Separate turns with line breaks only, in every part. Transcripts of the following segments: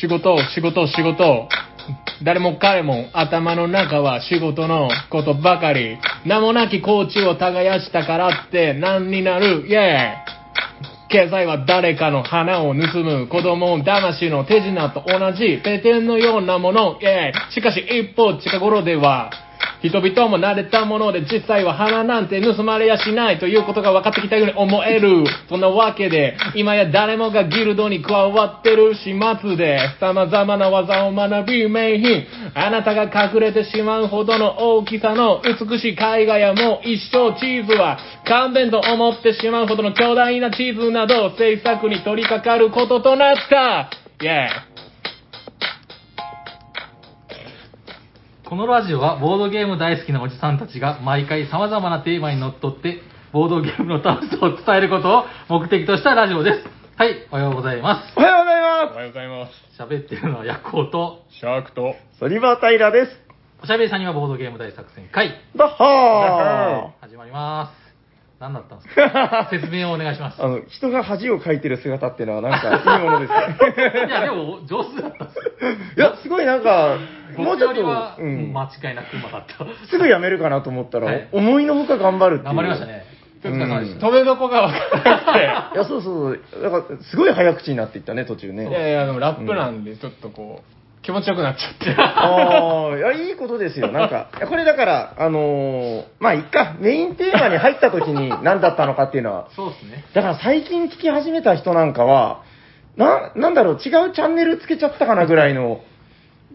仕事、仕事、仕事。誰も彼も頭の中は仕事のことばかり。名もなき高知を耕したからって何になるイェーイ経済は誰かの花を盗む子供魂の手品と同じペテンのようなもの、ええ、しかし一方近頃では人々も慣れたもので実際は花なんて盗まれやしないということが分かってきたように思えるそんなわけで今や誰もがギルドに加わってる始末で様々な技を学び名品あなたが隠れてしまうほどの大きさの美しい絵画やもう一生チーズは勘弁と思ってしまうほどの巨大なチーズなど制作に取り掛かることとなったイェーイ
このラジオはボードゲーム大好きなおじさんたちが毎回様々なテーマにのっとってボードゲームの楽しさを伝えることを目的としたラジオです。はい、おはようございま
おはようござい
お
ま
はようございます
す。喋ってるのはヤコウと、
シャークと
す。ソリバータイラです。
おしゃべりさんにはボードゲーム大作戦会、
ダッハ
始まります。何だったんです か説明をお願いします
ー。あの、人が恥をかいてる姿っていうのはなんかいいものですね。
いや、でも上手だったっす。
いや、すごいなんか、もう
僕
ちょ
よ
っ
り
と、
は、
うん、
間違いなくうまかった。
すぐやめるかなと思ったら、
はい
思いのほか頑張るっていう。
頑張りましたね。お疲れ様でした。
止めどこが分からなく
いや、そうそうそう。だから、すごい早口になっていったね、途中
てい
ね。
やいやでもラップなんでちょっとこう気持ちよくなっちゃって
ああ、いや、いいことですよ。なんか、いやこれだから、あのーまあ、いっか、メインテーマに入った時に何だったのかっていうのは、
そうですね。
だから最近聞き始めた人なんかは、な、なんだろう、違うチャンネルつけちゃったかなぐらいの、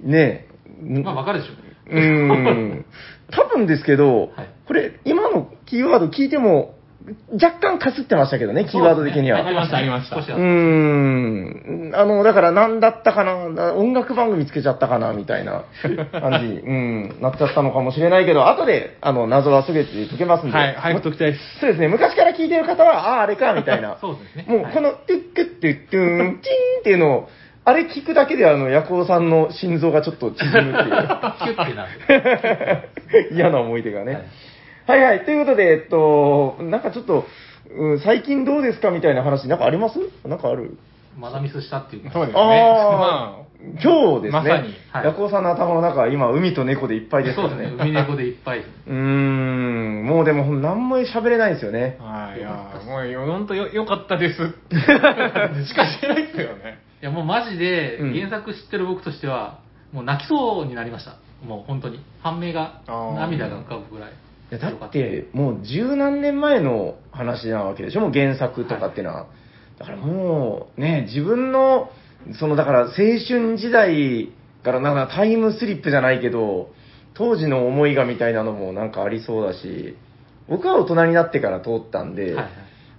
ねえ、ん
まあ、わかるでしょ。
う ーん、多分ですけど、
はい
これ、今のキーワード聞いても、若干かすってましたけどね、キーワード的には。
そうですね
ありましたありました
少し
う
は
ーん。あの、だから何だったかな、な音楽番組つけちゃったかな、みたいな 感じ、うん、なっちゃったのかもしれないけど、後で、あの、謎はすべて解けますんで。
はい早く解きたいです
そうですね、昔から聞いてる方は、ああ、あれか、みたい
。
な
そうですね
もう、この、トゥックットゥットゥーン、チーンっていうのを、あれ聞くだけで、あの、ヤコウさんの心臓がちょっと縮むっ
キュッてな る。
ていう、嫌な思い出がね。はい、はい、ということで、えっと、なんかちょっと、うん、最近どうですかみたいな話、なんかありますなんかある
まだミスしたっていう
そうですね。
ああ、今日ですね、
まさに
はい
ヤコウさんの頭の中は今、海と猫でいっぱいですか
そう
ら
ですね
ね。。
海猫でいっぱい。
うーん、もうでも、何も喋れないですよね。
まあ、はい、いや、もうよ、ほんとよ、よかった です。しかしてないですよね。
いや、もうマジで、
うん
原作知ってる僕としては、もう泣きそうになりました。もう本当に。判明が
あー、
涙が浮かぶぐらい。
いやだって、もう十何年前の話なわけでしょ、もう原作とかっていうのは。だからもう、ね、自分の、そのだから青春時代から、なんかタイムスリップじゃないけど、当時の思いがみたいなのもなんかありそうだし、僕は大人になってから通ったんで、
はいはい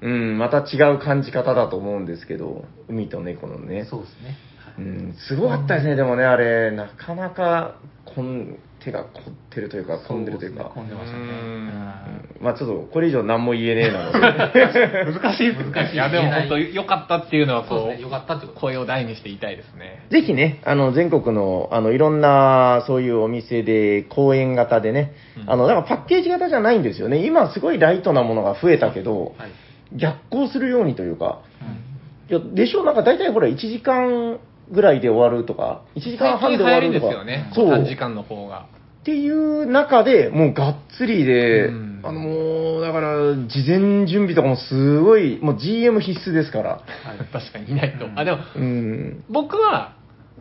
うん、また違う感じ方だと思うんですけど、海と猫のね。
そうですね。はい
うん、すごかったですね、でもね、あれ、なかなか、こん、手が凝ってるというか、混んでるというか。
そうですね混んでましたね。
う
うんん
まあちょっとこれ以上何も言えねえなので
難しいです
難しい
いや、でも本当
言えない
よかったっていうのは、
そう
こ
ですね。よかったってこ
う、
と。
声を大にして言いたいですね。
ぜひね、あの、全国の、あの、いろんな、そういうお店で、公演型でね、
うん
あの、だからパッケージ型じゃないんですよね。今、すごいライトなものが増えたけど、
はい。
逆行するようにというか、
うん
いや、でしょなんか大体ほら、1時間ぐらいで終わるとか、1時間半で終わ
最近流行り
る
で
と
す
か。
よね。
そう。
短時間の方が。
っていう中でもうがっつりで、
うん
あのもうだから事前準備とかもすごいもう GM 必須ですから
はい
確かにいないと
う。ん
あ、でも、
うん
僕は、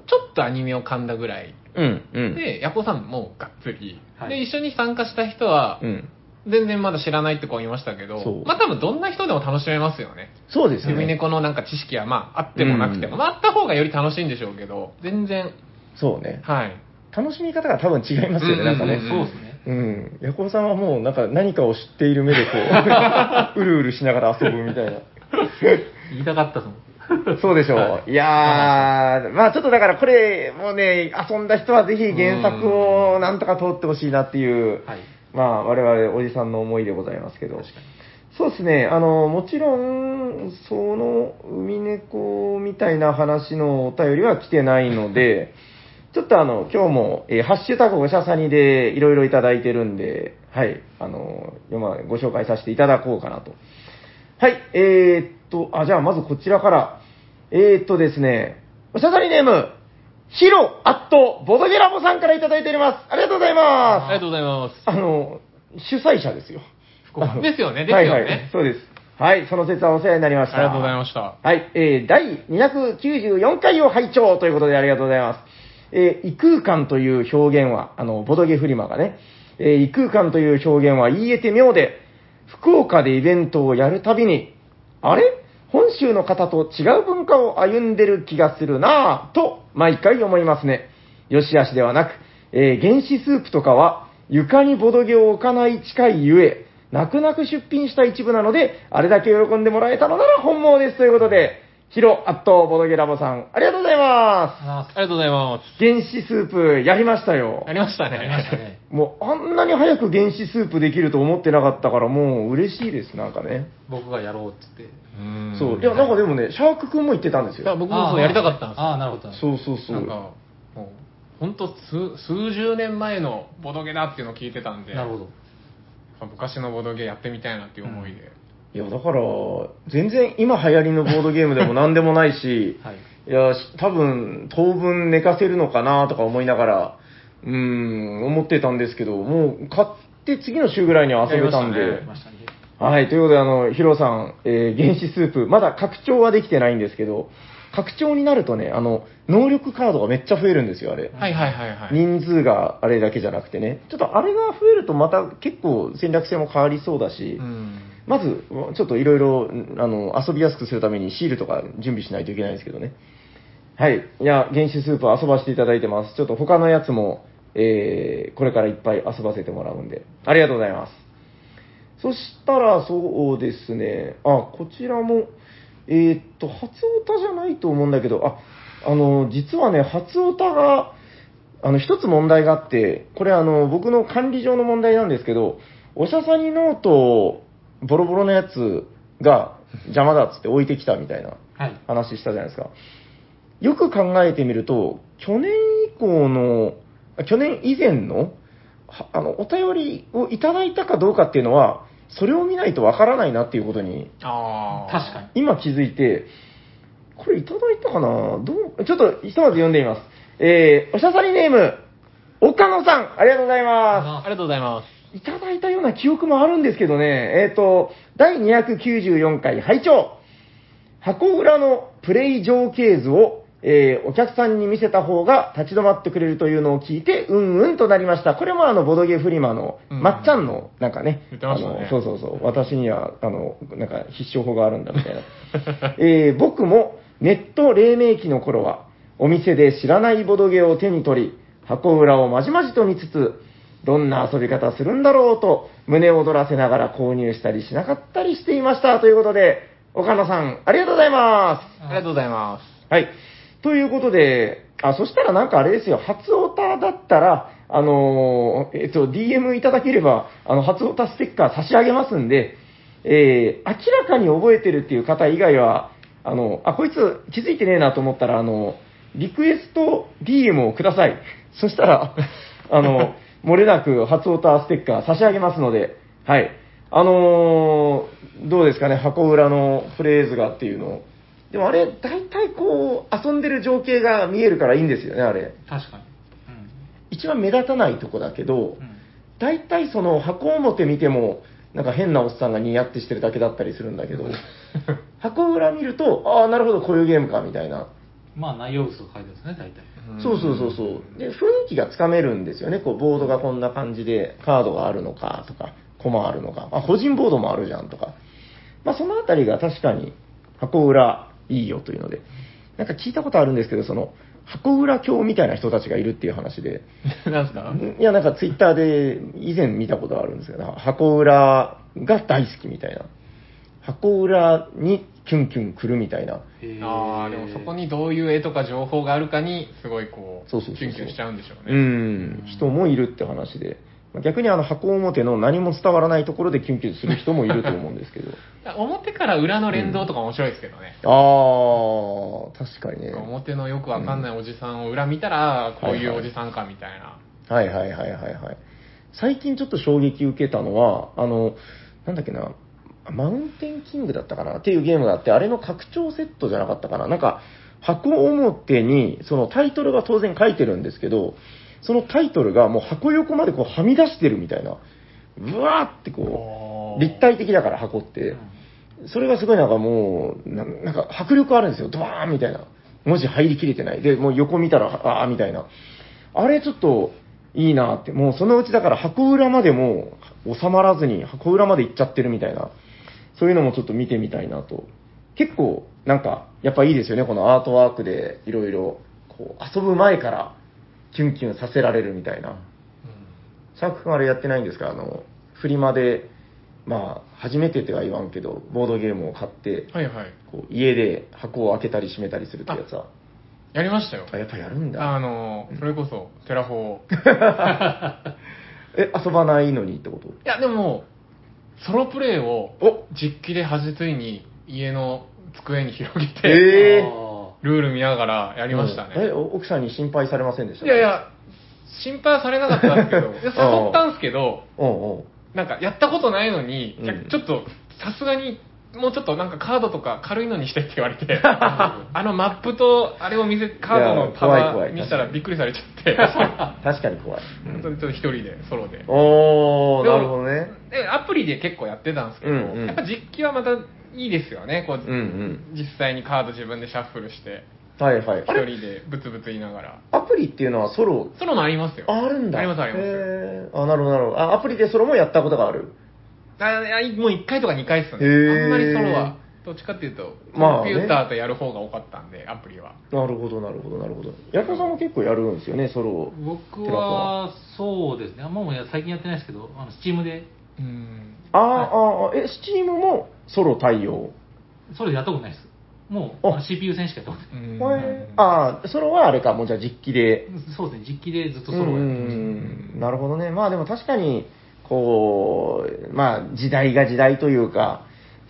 ちょっとアニメを噛んだぐらい。
うんうん
で、ヤコさんもがっつり。
はい
で、一緒に参加した人は
う、ん
全然まだ知らないって子いましたけ
そ
ど
う、
まあ多分どんな人でも楽しめますよね。
そうですよ
海
ね
猫のなんか知識はまああってもなくても、
うん
まああった方がより楽しいんでしょうけど、全然、
そうね
はい。
楽しみ方が多分違いますよね、
うん
なんか
ん
ね
そうですね。
うんヤコウさんはもうなんか何かを知っている目でこう うるうるしながら遊ぶみたいな
言いたかったその。
そうでしょう。いやー、まあちょっとだからこれ、もうね、遊んだ人はぜひ原作をなんとか通ってほしいなっていう、
はい
まあ我々おじさんの思いでございますけど。そうですね、あの、もちろん、その、海猫みたいな話のお便りは来てないので、 ちょっとあの、今日も、えーハッシュタグおしゃさにでいろいろいただいてるんで、はい、あの、読まご紹介させていただこうかなと。はい、えー、っと、あ、じゃあまずこちらから。えー、っとですね、おしゃさりネーム、ヒロアットボドゲラボさんからいただいております。ありがとうござい
ありが
ます。
とうございま
あの、主催者ですよ。
福岡
あの
ですよね
はい
ですよね
はい、そうです。はい、その説はお世話になりまし
す。
た。
ありがとうございました。
はい、えー、第294回を拝聴ということでありがとうございます。えー、異空間という表現は、あの、ボドゲフリマがね、えー、異空間という表現は言えて妙で、福岡でイベントをやるたびに、あれ本州の方と違う文化を歩んでる気がするなぁ、と毎回思いますね。よしあしではなく、えー原始スープとかは床にボドゲを置かない近いゆえ、泣く泣く出品した一部なので、あれだけ喜んでもらえたのなら本望ですということで、ヒロアットボドゲラボさん、ありがとうございま。
あ
ありがとうございます
原始スープやりましたよ
す。や。りました
あ、やりました
ね。
ね。
もうあんなに早く原始スープできると思ってなかったから、もう嬉しいです、なんかね。
僕がやろうって言って。
うん
そう。いや、なんかでもね、シャーク君も言ってたんで
だ
す
から
よ。
僕もそうやりたかったんですよ。
あーあー、なるほど。
そうそうそ
なんか、
う。
もう、本当数、数十年前のボドゲだっていうのを聞いてたんで、
なるほど。
昔のボドゲやってみたいなっていう思いで。
いや、だから、全然今流行りのボードゲームでも何でもないし、
はい。
いや、し多分、当分寝かせるのかなとか思いながら、うーん、思ってたんですけど、もう買って次の週ぐらいには遊べたんで。
やりましたね
やりましたね。
はい、ということで、あの、ヒロさん、えー原始スープ、まだ拡張はできてないんですけど、拡張になるとね、あの、能力カードがめっちゃ増えるんですよ、あれ。
はいはいはいはい。
人数があれだけじゃなくてね、ちょっとあれが増えるとまた結構戦略性も変わりそうだし、
うん。
まず、ちょっといろいろ、あの、遊びやすくするためにシールとか準備しないといけないんですけどね。はい。いや、原始スープ遊ばせていただいてます。ちょっと他のやつも、えー、これからいっぱい遊ばせてもらうんで。ありがとうございます。そしたら、そうですね。あ、こちらも、えーっと、初オタじゃないと思うんだけど、あ、あの、実はね、初オタが、あの、一つ問題があって、これあの、僕の管理上の問題なんですけど、おしゃさにノートを、ボロボロのやつが邪魔だっつって置いてきたみたいな
はい。
話したじゃないですか。よく考えてみると、去年以降の、あ去年以前の、はあの、お便りをいただいたかどうかっていうのは、それを見ないとわからないなっていうことに、
ああ。
確かに。。
今気づいて、これいただいたかなどう、ちょっとひとまず読んでみます。えー、おしゃさりネーム、岡野さん、ありがとうございま
あ
す。
りがとうございます。
いただいたような記憶もあるんですけどね、えっ、と、第294回拝聴箱裏のプレイ情景図を、えーお客さんに見せた方が立ち止まってくれるというのを聞いて、うんうんとなりました。これもあの、ボドゲフリマの、
うん
まっちゃんの、なんかね、
言ってましたね
あのそうそうそう、私には、あの、なんか必勝法があるんだみたいな。 えー僕もネット黎明期の頃は、お店で知らないボドゲを手に取り、箱裏をまじまじと見つつ、どんな遊び方するんだろうと、胸を躍らせながら購入したりしなかったりしていました。ということで、岡野さん、ありがとうございます。
ありがとうございま
はい。ということで、あ、そしたらなんかあれですよ、初オタだったら、あのーえっと、DM いただければ、あの、初オタステッカー差し上げますんで、えー、明らかに覚えてるっていう方以外は、あの、あ、こいつ気づいてねえなと思ったら、あの、リクエスト DM をください。そしたら、あの、漏れなく初オタステッカー差し上げますので、はい。あのーどうですかね、箱裏のフレーズがっていうのを。でもあれ、大体こう、遊んでる情景が見えるからいいんですよね、あれ。
確かに。
一番目立たないとこだけど
うん。う、ん。
大体その箱表見ても、なんか変なおっさんがニヤってしてるだけだったりするん だけど、箱裏見ると、ああ、なるほど、こういうゲームか、みたいな。
まあ、内容物と書いてますね、大体。
す。
そうそうそうそう。で、雰囲気がつかめるんですよね。こう、ボードがこんな感じで、カードがあるのかとか、コマあるのか、あ、個人ボードもあるじゃんとか。まあ、そのあたりが確かに、箱裏いいよというので。なんか聞いたことあるんですけど、その、箱裏教みたいな人たちがいるっていう話で。
う。 なんすか
いや、なんかツイッターで以前見たことあるんですけど、箱裏が大好きみたいな。箱裏にキュンキュン来るみたいな。
へー
ああ、でもそこ。にどういう絵とか情報があるかに、すごいこう、
そうそうそうそう
キュンキュンしちゃうんでしょう
う
ね。
ん、人もいるって話で。まあ逆にあの箱表の何も伝わらないところでキュンキュンする人もいると思うんですけ ど。
表から裏の連動とか面白いですけどね。
あー、確かにね。
表のよくわかんないおじさんを裏見たら、あーこういうおじさんかみたいな。
はいはいはいはいはい。最近ちょっと衝撃受けたのは、あの、なんだっけな、マウンテンキングだったかなっていうゲームがあって、あれの拡張セットじゃなかったかななんか、箱表に、そのタイトルが当然書いてるんですけど、そのタイトルがもう箱横までこうはみ出してるみたいな、うわーってこ
お
う、
ー
立体的だから箱って、それがすごいなんかもう、ななんか迫力あるんですよ、ドワーンみたいな。文字入りきれてない。で、もう横見たら、ああー、みたいな。あれちょっといいなって、もうそのうちだから箱裏までもう収まらずに箱裏まで行っちゃってるみたいな、そういうのもちょっと見てみたいなと。結構なんか、やっぱいいですよね、このアートワークでいろいろこう遊ぶ前からキュンキュンさせられるみたいな。シャーク君あれやってないんですかあの、フリマで、まあ、初めてとは言わんけど、ボードゲームを買って、
はいはい。
こう家で箱を開けたり閉めたりするってやつは。
やりましたよ。
あ、やっぱやるんだ。
あの、それこそ、テラフォ ー。
え、遊ばないのにってこと
いや、でも、ソロプレイを
お
実機で端ついに家の机に広げて、
えー
あ
ルール見ながらやりましたね。
うんえ、お奥さんに心配されませんでした
いやい。や、心配はされなかったんですけ ど、いや誘ったんですけど、
うんうん。
なんかやったことないのに、いや
うん
ちょっとさすがに、もうちょっとなんかカードとか軽いのにしてって言われ て、
ー
あのマップとあれを見せ、カード
い
の
や怖い怖
束
い
見せたらびっくりされち
確
ゃ
かに確かに怖い。 う
って、
ん
ちょっと一人で、ソロで。
おー、
で
なるほどね。
でアプリで結構やってたんですけど、
うんうん
やっぱ実機はまたいいですよね、こう、
うんうん。
実際にカード自分でシャッフルして、
はいはい。
一
あれ
人でブツブツ言いながら。
アプリっていうのはソロ、
ソロもありますよ。
ああるんだ。
ありますあります
へーあ、なるほどなるほど。あ、アプリでソロもやったことがある。
あいやいもう1回とか2回っすね。
へー
あんまりソロは、どっちかっていうと、
まあ
コン
ね
ピューターとやる方が多かったんで、アプリは。
なるほどなるほどなるほど。ヤコさんも結構やるんですよね、ソロ。
ー僕
テラフォ
は、そうですね。あんまもうや最近やってないですけど、あの、スチームで、
うん。
あー、あーあー、え、スチームもソロ対応。
それやったことないです。もう、
あ
あの CPU 戦しかやったことな
うん
い。
へーああ、ソロはあれか、もうじゃあ実機で
そうですね。実機でずっとソロをやってまし
うんなるほどね。まあでも確かに、こう、まあ時代が時代というか、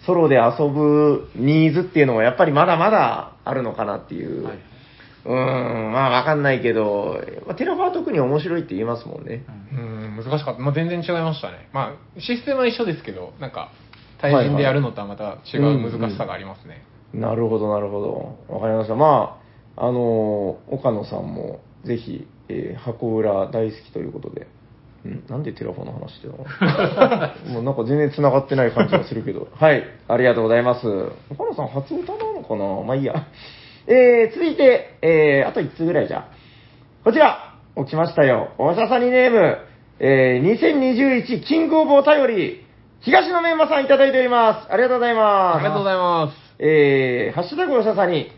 ソロで遊ぶニーズっていうのはやっぱりまだまだあるのかなっていう。
た。はい。
うん、まあわかんないけど、まあテラファは特に面白いって言いますもんね
う。ん
うん、難しかった。まあ、全然違いましたね。まあ、システムは一緒ですけど、なんか、対人でやるのとはまた違う難しさがありますね。
なるほど、なるほど。わかりました。まあ、あのー岡野さんも、ぜひ、えー箱裏大好きということで。うん、なんでテラフォの話してたのもうなんか全然繋がってない感じがするけど。はい、ありがとうございます。岡野さん初歌なのかなまあいいや。えー、続いて、えー、あと1通ぐらいじゃ。こちら、起きましたよ。おしゃさにネーム、えー、2021キングオブお便り、東のメンマさんいただいております。ありがとうございます。
ありがとうございます。
えー、ハッシュタグおしゃさに、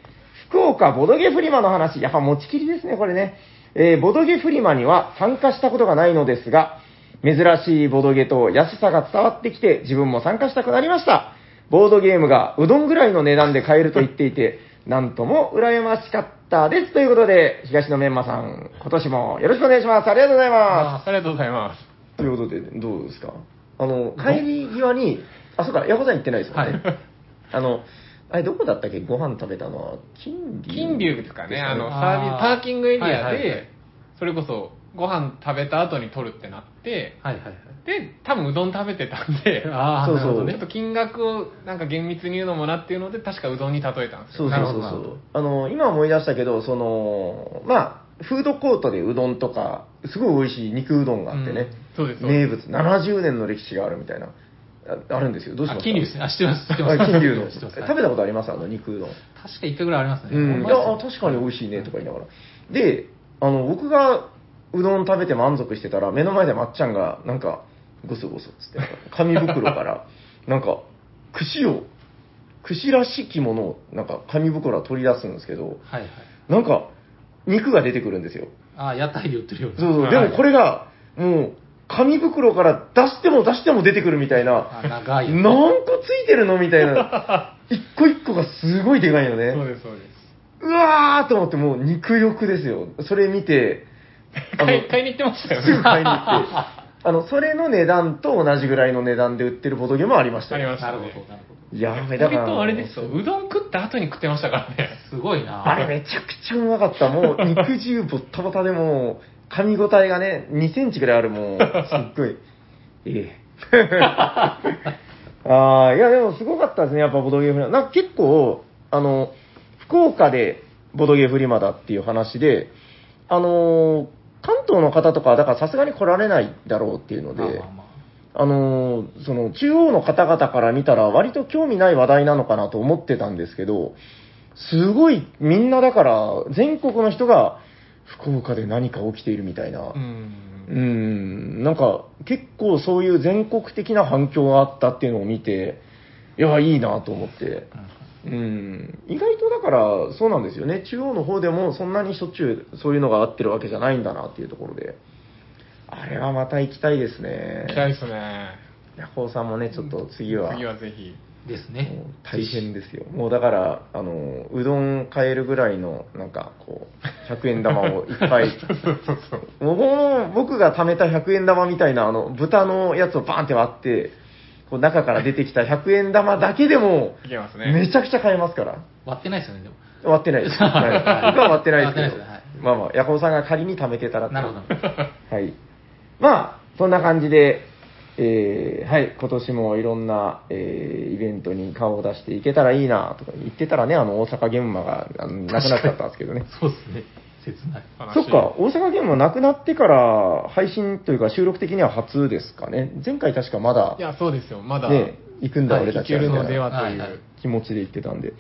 福岡ボドゲフリマの話、やっぱ持ちきりですね、これね。えー、ボドゲフリマには参加したことがないのですが、珍しいボドゲと安さが伝わってきて、自分も参加したくなりました。ボードゲームがうどんぐらいの値段で買えると言っていて、なんとも羨ましかったです。ということで、東野メンマさん、今年もよろしくお願いします。ありがとうございます。
あありがとうございます。
ということで、どうですかあの、帰り際に、あ、そうか、ヤコさん行ってないですもんね。
はい
あの、あれ、どこだったっけご飯食べたのは、金龍
金龍ですかね、あの、サービス、
あー
パーキングエリア
はいはいはい
で、それこそ、ご飯食べた後に取るってなって、
はいはいはい。
で、多分うどん食べてたん で、
ああ、
そう
な
そう
るほど
ちょっ
ね
と。金額をなんか厳密に言うのもなっていうので、確かうどんに例えたんですよ。
そうそうそ
なるほ
う
どな
そ
るほ
う。あの、今思い出したけど、その、まあ、フードコートでうどんとか、すごい美味しい肉うどんがあってね。
うんそうですそう
名
で
物、70年の歴史があるみたいな。ああるんですよ。どうしま
あ、
すか
金龍ですね。あ、知ってます。知ってま
あ
す。
金龍の。え
知って
食
ます
べ
はい
たことありますあの、肉うどん。
確か一回ぐらいありますね。
うん、い
まあ
やあ確かに美味しいねとか言いながら。で、あの、僕がうどん食べて満足してたら、目の前でまっちゃんが、なんか、ごそごそっつって、なんか紙袋 から、なんか、串を、串らしきものを、なんか紙袋は取り出すんですけど、
はいはい。
なんか、肉が出てくるんですよ。
ああ、屋台で売ってるような。
そうそう。で
はい
もこれが、もう、紙袋から出しても出しても出てくるみたいな、
あ長いよね。
何個ついてるのみたい な。一個一個がすごいでかいよね。
そうです、そうです。
うわーと思って、もう肉欲ですよ。それ見て、あの
買い 買いに行ってましたよ
すぐ
ね。
買いに行って、あの、それの値段と同じぐらいの値段で売ってるボドゲも ありました
あり
よ。
まし
な
た
る
ね。
ほど、なるほど。
やべ、
そ
だ
れ
から。
とあれですよ、うどん食った後に食ってましたからね。
すごいな
あれめちゃくちゃうまかった。もう肉汁ボッタボタでもう、噛み応えがね、2センチぐらいあるもう、すっごい。ええ。ああ、いやでもすごかったですね、やっぱボドゲームフェアなんか結構、あの、福岡でボドゲフリマだっていう話で、あのー関東の方とかはだからさすがに来られないだろうっていうので、
まあまあまあ
あのーその中央の方々から見たら割と興味ない話題なのかなと思ってたんですけど、すごいみんなだから全国の人が福岡で何か起きているみたいな、う、
うん
なんか結構そういう全国的な反響があったっていうのを見て、いや、いいなと思って。うん、意外とだからそうなんですよね中央の方でもそんなにしょっちゅうそういうのが合ってるわけじゃないんだなっていうところであれはまた行きたいですね
行きたいですね。
ヤホーさんもね、ちょっと次は、
次はぜひ。
です
も
ね
う。大変ですよ。もうだから、あの、うどん買えるぐらいの、なんか、こう、100円玉をいっぱい。
そうそう。
もうこの僕が貯めた100円玉みたいな、あの、豚のやつをバーンって割って、こう中から出てきた100円玉だけでも、
いけますね。
めちゃくちゃ買えますから。
割ってないですよね、でも。
割ってない です。はい僕は割ってないですけ
割ってないです
ど。まあまあ、ヤコウさんが仮に貯めてたらっていう
なるほど。
はい。まあ、そんな感じで、えーはい、今年もいろんな、えーイベントに顔を出していけたらいいなとか言ってたらね、あの、大阪現場があのなくなっちゃったんですけどね。
そうですね。切ない。
悲しい
そっか、。大阪現場なくなってから配信というか収録的には初ですかね。前回確かまだ
い、や、そうですよ。まだ、
ね、行くんだ俺た
い
ち
け
はみ
る
たいな
のではとい。
はいはいう
気持ちで言ってたんで。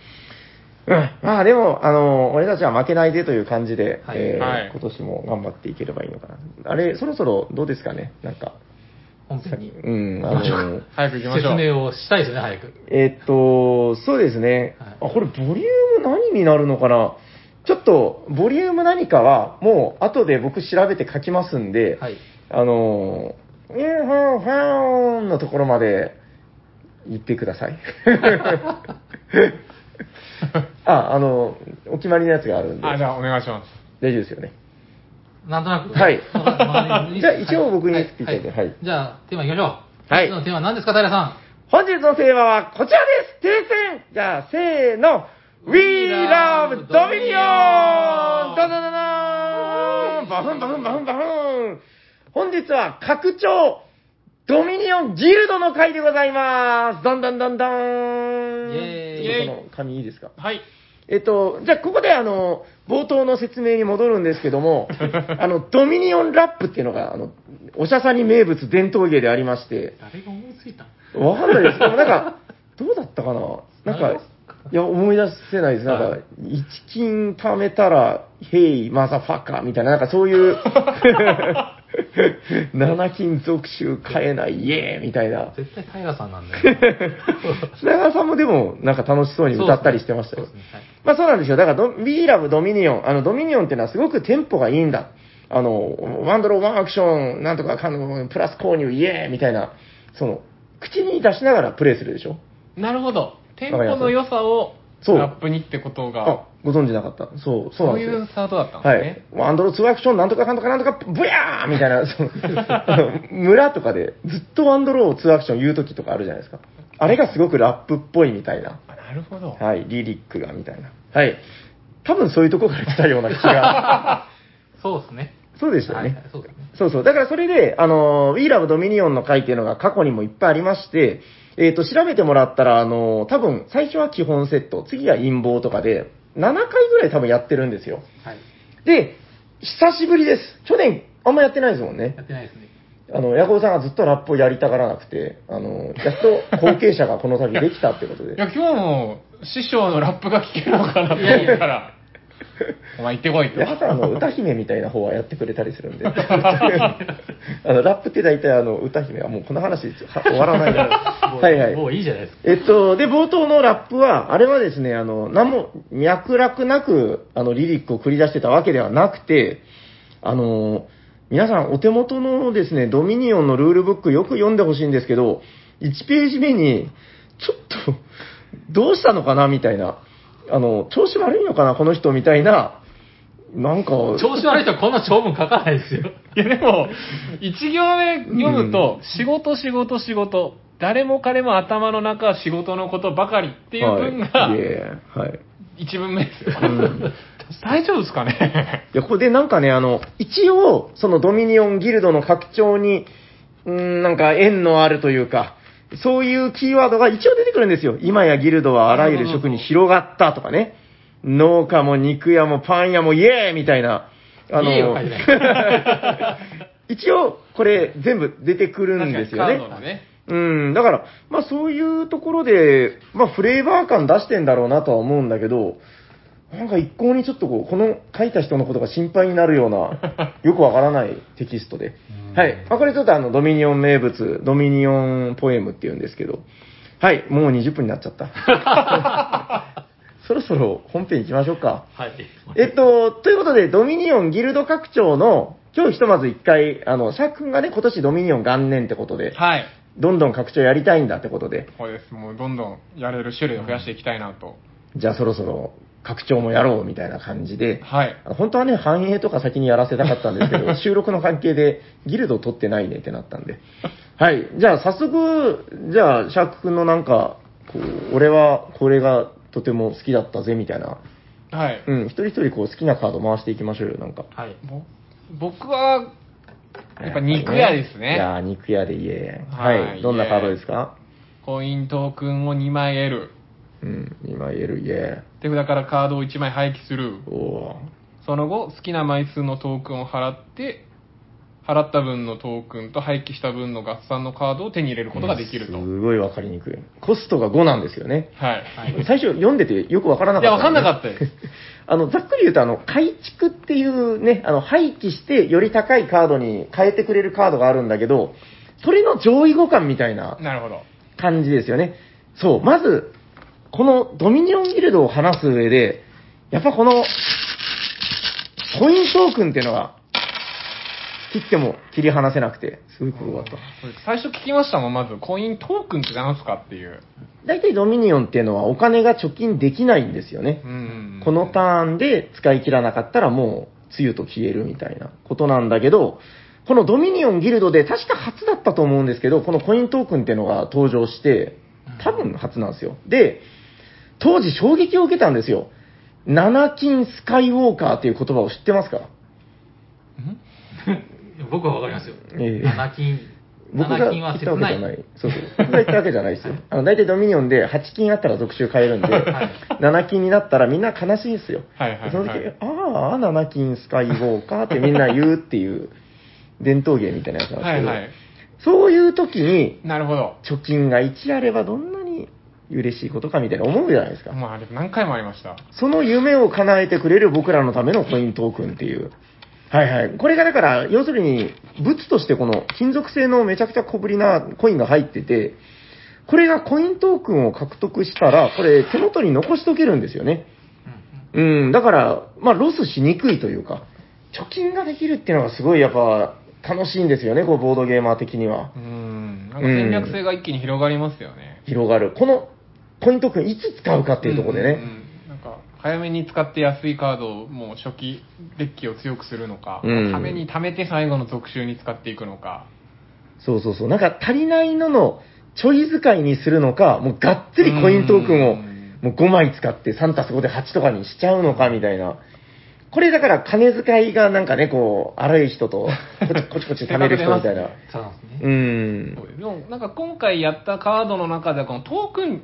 うん、まあでも、あの、俺たちは負けないでという感じで、
はい
えー
はい
今年も頑張っていければいいのかな。あれ、そろそろどうですかねなんか、
本編に。
うん、あの、
早く行きましょ
説
う。
明をしたいですよね、早く。
えーっと、そうですね。
は
あ、これ、ボリューム何になるのかなちょっと、ボリューム何かは、もう、後で僕調べて書きますんで、
はい。
あの、インフォンファンのところまで言ってください。 あ、あの、お決まりのやつがあるんで、
あ、
大
じ
丈
ゃあ、お願いします。
夫ですよね。
なんとなく。
はい
周りに
じゃあ一応僕に
はい
言っていただいてはい
じゃあ、テーマいきましょう。
はい
今日のテーマ何ですか、平さ
本日のテーマはこちらです停戦じゃあ、せーの !We love Dominion! ダダダダーンバフンバフンバフンバフン本日は拡張ドミニオンギルドの回でございますどんどんどんど
ん。
ん
イ
イェー
ェイ
イ。
ちょっとこの紙いいですか
はい。
えっと、じゃあ、ここであの、冒頭の説明に戻るんですけ ども、あの、ドミニオンラップっていうのが、あの、おしゃさに名物伝統芸でありまして、
誰が思いついた
わかんないです。でもなんか、どうだったかななんか、いや、思い出せないです。なん
は
か、一金貯めたら、ヘイ、マザファッカーみたいな、なんかそう いう、七金続集買えない、イエーイみたいな。
絶対平さんなんだよな。
品川さんもでも、なんか楽しそうに 歌ったりしてました
そう
よ
です。ね。はい
まあそうなんですよ。だからド、We Love Dominion。あの、ドミニオンっていうのはすごくテンポがいいんだ。あの、ワンドローワンアクション、なんとかかんとかプラス購入、イエーイみたいな、その、口に出しながらプレイするでしょ
なるほど。テンポの良さを、
そう
ラップにってこと
あ
が、、
ご存知なかった。そう、そう
そ
なん
う
で
い
すよ
う。スタートだったん
は
です
い
ね。。
ワンドロー2アクション、なんとかかんとかなんとか、ブヤーみたいな、そのあの、 村とかでずっとワンドロー2アクション言うときとかあるじゃないですか。あれがすごくラップっぽいみたいな。
あなるほど。
はい、リリックがみたいな。はい。多分そういうとこから来たような気 が。
そうですね。
そうでしたよ
はいはい
ね。
そうですね。
そうそう。だからそれで、あの、We Love Dominion の回っていうのが過去にもいっぱいありまして、えっ、と、調べてもらったら、あの、多分、最初は基本セット、次が陰謀とかで、7回ぐらい多分やってるんですよ。
はい。
で、久しぶりです。去年、あんまやってないですもんね
や。ってないですね。
あの、ヤコウさんがずっとラップをやりたがらなくて、あの、やっと後継者がこの度できたってこと で
い。や、今日も、師匠のラップが聞けるのかなと思ったら、お前行ってこいと。
ヤコウさん、あの、歌姫みたいな方はやってくれたりするんで。 あの、ラップって大体、あの、歌姫はもうこの話は終わらないから。 はいはい。
もういいじゃないですか。
えっと、で、冒頭のラップは、あれはですね、あの、何も脈絡なく、あの、リリックを繰り出してたわけではなくて、あの、皆さんお手元のですね、ドミニオンのルールブックよく読んでほしいんですけど、1ページ目に、ちょっと、どうしたのかなみたいな、あの、調子悪いのかなこの人みたいな、なんか、
調子悪い人はこんな長文書かないですよ。
いやでも、1行目読むと、仕事、仕事、仕事、誰も彼も頭の中は仕事のことばかりっていう文が
はい、いえいえはい。
1文目ですよ
ん。
大丈夫ですかね
いや、ここでなんかね、あの、一応、そのドミニオンギルドの拡張に、うーん、なんか縁のあるというか、そういうキーワードが一応出てくるんですよ。今やギルドはあらゆる職に広がったとかね。農家も肉屋もパン屋もイエーイみたいな。あ
いいよ
の
書い てな
一応、これ全部出てくるんですよ
確かに
ね
カード。のね。
うん、だから、まあそういうところで、まあフレーバー感出してんだろうなとは思うんだけど、なんか一向にちょっとこう、この書いた人のことが心配になるよ うな、よくわからないテキストで。
うん
はい。まあこれちょっとあの、ドミニオン名物、ドミニオンポエムっていうんですけど、はい、もう20分になっちゃった。 そろそろ本編行きましょうか。
はい。
えっと、ということで、ドミニオンギルド拡張の、今日ひとまず一回、あの、シャーク君がね、今年ドミニオン元年ってことで、
はい。
どんどん拡張やりたいんだってことで、
これです。もうどんどんやれる種類を増やしていきたいなと。
じゃあそろそろ拡張もやろうみたいな感じで、
はい。
あの本当はね、繁栄とか先にやらせたかったんですけ ど、収録の関係でギルド取ってないねってなったんで。はい。じゃあ早速、じゃあシャーク君のなんか、こう、俺はこれがとても好きだったぜみたいな、
はい。
うん、一人一人こう好きなカード回していきましょうよ、なんか。
はい。
ぼ僕は、やっぱ肉屋ですね
いやー肉屋で言え。
は
はいい。どんなカード
イエーイ
ですか
コイントークンを2枚得る。
うん、今言える家。
手札からカードを1枚廃棄する。
おー
その後、好きな枚数のトークンを払って、払った分のトークンと廃棄した分の合算のカードを手に入れることができると。
すごいわかりにくい。コストが5なんですよね。
はい。
はい。
最初読んでてよくわからない
や、
か
わか
ったん
ん
で
な
ね、
かったです。
あの、ざっくり言うと、あの、改築っていうね、あの、廃棄してより高いカードに変えてくれるカードがあるんだけど、それの上位互換みたいな
なるほど。
感じですよね。そう、まず、このドミニオンギルドを話す上で、やっぱこの、コイントークンっていうのが、切っても切り離せなくて、すごい転がった。
これ最初聞きましたもん、まず、コイントークンって何すかっていう。
大体ドミニオンっていうのはお金が貯金できないんですよね。
うん
このタ
ーン。
ーンで使い切らなかったらもう、つゆと消えるみたいなことなんだけど、このドミニオンギルドで確か初だったと思うんですけど、このコイントークンっていうのが登場して、多分初なんですよ。で、当時衝撃を受けたんですよ。七金スカイウォーカーっていう言葉を知ってますか
僕はわかりますよ。
ええ
7金。
僕が
7
言
金は
っ
切
たわけ
な。
じゃないい。そうそう。僕が言ったわけじゃないですよ。 あの、大体ドミニオンで8金あったら続集買えるんで、
はい
7金になったらみんな悲しいんですよ。
はいはいはい
その時、ああ、7金スカイウォーカーってみんな言うっていう伝統芸みたいなやつなんです
は
け
い
ど、
はい。
そういう時に
なるほど。
貯金が1あればどんなに嬉しいことかみたいな思うじゃないですか。
まあ、あれ何回もありました。
その夢を叶えてくれる僕らのためのコイントークンっていう。はいはい。これがだから、要するに、物としてこの金属製のめちゃくちゃ小ぶりなコインが入ってて、これがコイントークンを獲得したら、これ手元に残しとけるんですよね。うん。だから、まあ、ロスしにくいというか、貯金ができるっていうのがすごいやっぱ楽しいんですよね、こうボードゲーマー的には
う。ん。なんか戦略性が一気に広がりますよね。
広がる。このコイントークンいつ使うかっていうところでね。
んんうんなんか、早めに使って安いカードを、もう初期デッキを強くするのか、
うん
ために貯めて最後の特集に使っていくのか。
そうそうそう。なんか足りないののちょい使いにするのか、もうがっつりコイントークン
う
を
ん
もう5枚使って3たす5で8とかにしちゃうのかみたいな。これだから金遣いがなんかね、こう、荒い人と、こちこちこち貯める人みたいな。
そうなんですね。
うん。
でも、なんか今回やったカードの中では、このトークン、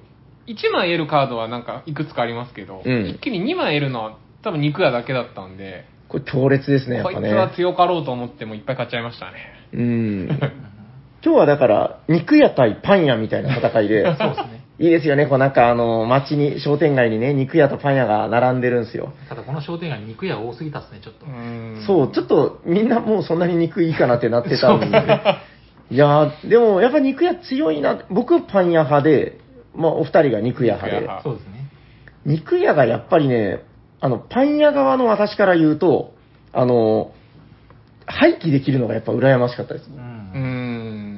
1枚得るカードはなんかいくつかありますけど、
うん
一気に2枚得るのは多分肉屋だけだったんで、
これ強烈ですね、やっ
こいつ
ぱ
は
ね。
強かろうと思ってもいっぱい買っちゃいましたね。
うん。今日はだから、肉屋対パン屋みたいな戦いで、
そうですね。
いいですよね、こうなんかあの、街に、商店街にね、肉屋とパン屋が並んでるんですよ。
ただこの商店街肉屋多すぎたっすね、ちょっと。
そう、ちょっとみんなもうそんなに肉いいかなってなって たんで。いやー、でもやっぱ肉屋強いな。僕はパン屋派で、まあお二人が肉屋
肉
派
屋
で
派。
そうですね。
肉屋がやっぱりね、あの、パン屋側の私から言うと、あの、廃棄できるのがやっぱ羨ましかったです
う。。
うん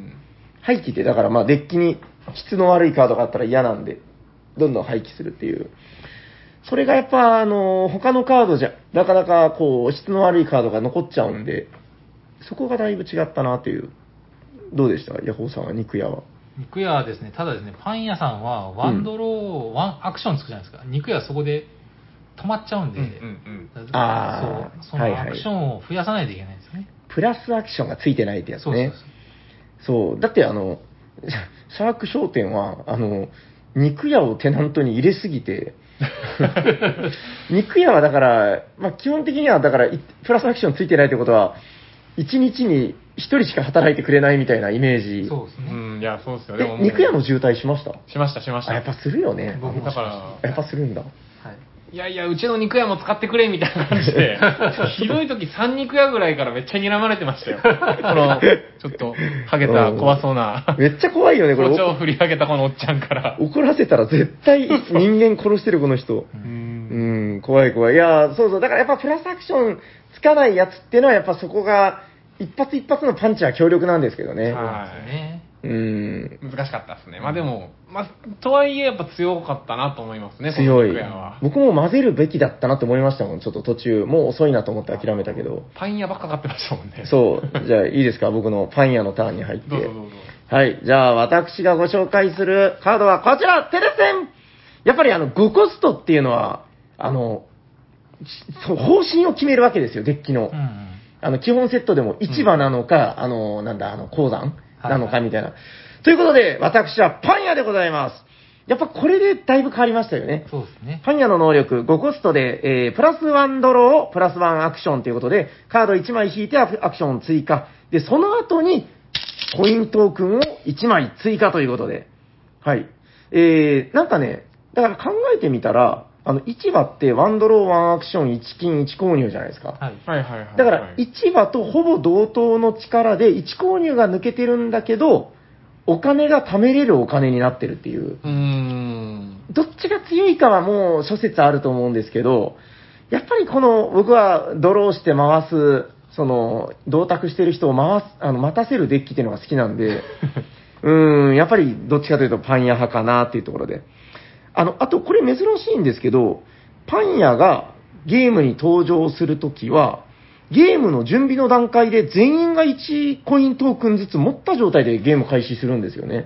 ん。
廃棄ってだからまあデッキに質の悪いカードがあったら嫌なんで、どんどん廃棄するっていう。それがやっぱあの、他のカードじゃ、なかなかこう、質の悪いカードが残っちゃうんで、そこがだいぶ違ったなという。どうでしたヤホーさんは肉屋は。
肉屋はですね、ただですね、パン屋さんはワンドロー、ワンアクションつくじゃないですか。肉屋はそこで止まっちゃうん
うん
で、
うん
だ
あー
そうそ
はいは
の
い
アクションを増やさないといけないんですね。
プラスアクションがついてないってやつ
そうそう
ね。そうだってあの、 シャーク商店は、あの、肉屋をテナントに入れすぎて、肉屋はだから、まあ、基本的にはだから、いプラスアクションついてないってことは、1日に1人しか働いてくれないみたいなイメージ。
そうですね。
うん、いや、そうですよ。でも
え
もう
肉屋の渋滞しました
しました、しまし
あ、
た。
やっぱするよね。
僕も
だか
やっぱするんだ。
はい。
ら、いやいや、うちの肉屋も使ってくれ、みたいな感じで、 ひどい時3肉屋ぐらいからめっちゃ睨まれてましたよ。この、ちょっと、ハゲた、怖そうな、
めっちゃ怖いよね、こ
包丁
れ。
を振り上げたこのおっちゃんから。
怒らせたら絶 対人間殺してる、この人。
う。
うんん、怖い怖い。いやー、そうそう。だからやっぱプラスアクションつかないやつっていうのはやっぱそこが、一発一発のパンチは強力なんですけどね。
はい。
ね。
うん。
難しかったですね。まあでも、まあ、とはいえやっぱ強かったなと思いますね、
強
この
い
肉屋は。。
僕も混ぜるべきだったなって思いましたもん。ちょっと途中、もう遅いなと思って諦めたけど。
パン屋ばっか買ってましたもんね。
そう。じゃあいいですか僕のパン屋のターンに入って。
どうぞどうぞ。
はい。じゃあ、私がご紹介するカードはこちらテレセンやっぱりあの、5コストっていうのは、あの、しそう方針を決めるわけですよ、デッキの
う。ん。
あの、基本セットでも市場なのか、あの、なんだ、あの、鉱山な
は
の
いは
か
い
みたいな。ということで、私はパン屋でございます。やっぱこれでだいぶ変わりましたよね。
そうですね。
パン屋の能力、5コストで、えー、プラス1ドロー、プラス1アクションということで、カード1枚引いてアクアクションを追加。で、その後に、コイントークンを1枚追加ということで。はい。えー、なんかね、だから考えてみたら、あの、市場って1ドロー、1アクション、1金、1購入じゃないですか。
はい。
はいはいはい。
だから、市場とほぼ同等の力で、1購入が抜けてるんだけど、お金が貯めれるお金になってるっていう。
うーん。
どっちが強いかはもう諸説あると思うんですけど、やっぱりこの、僕はドローして回す、その、同卓してる人を回す、あの、待たせるデッキっていうのが好きな んで、うーん、やっぱりどっちかというとパン屋派かなっていうところで。あの、あとこれ珍しいんですけど、パン屋がゲームに登場するときは、ゲームの準備の段階で全員が1コイントークンずつ持った状態でゲーム開始するんですよね。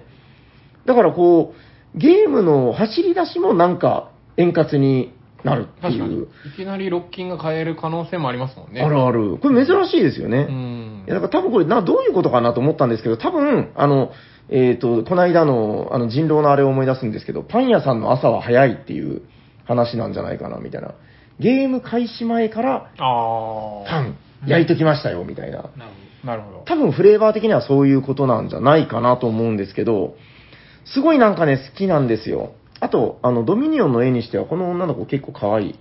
だからこう、ゲームの走り出しもなんか円滑になるって
確
い。
かに。いうきなりロッキンが変える可能性もありますもんね。
あるある。これ珍しいですよ
う
ね。
ん
い。や、だから多分これな、どういうことかなと思ったんですけど、多分、あの、えっ、と、この間の、あの、人狼のあれを思い出すんですけど、パン屋さんの朝は早いっていう話なんじゃないかな、みたいな。ゲーム開始前から、
あ
パ
あ。
ン、焼いときましたよ、みたいな。
なる
なるほど。
多分フレーバー的にはそういうことなんじゃないかなと思うんですけど、すごいなんかね、好きなんですよ。あと、あの、ドミニオンの絵にしては、この女の子結構可愛い。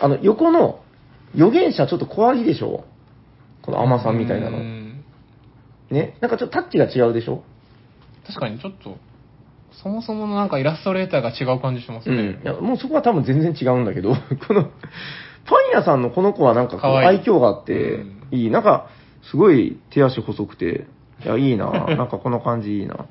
あの、横の、預言者ちょっと怖いでしょこの甘さんみたいなの
う。ん
ね、なんかちょっとタッチが違うでしょ、
確かにちょっと、そもそものなんかイラストレーターが違う感じしますね
い。や、もうそこは多分全然違うんだけど、 この、パン屋さんのこの子はなんかこう
可愛い
愛嬌があって
うん、
いい、なんか、すごい手足細くて、いや、いいななんかこの感じいいな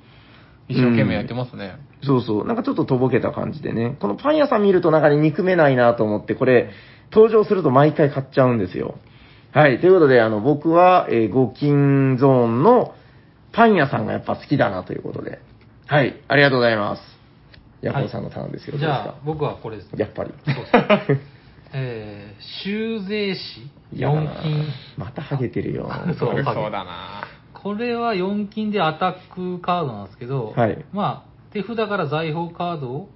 一生懸命やってますね。
そうそう、なんかちょっととぼけた感じでね、このパン屋さん見るとなんか憎めないなと思って、これ、登場すると毎回買っちゃうんですよ。はい、ということで、あの、僕は、えー、五金ゾーンのパン屋さんがやっぱ好きだなということで、はい、ありがとうございます。ヤコウさんのターンですけ
ほど
ど、
じゃ
どう
あ
ですか、
僕はこれです。
やっ ぱり。
えー、修税士
いや
4
な
金。
またハゲてるよ。
そう
悪そうだな
これは4金でアタックカードなんですけど、
はい
まあ、手札から財宝カードを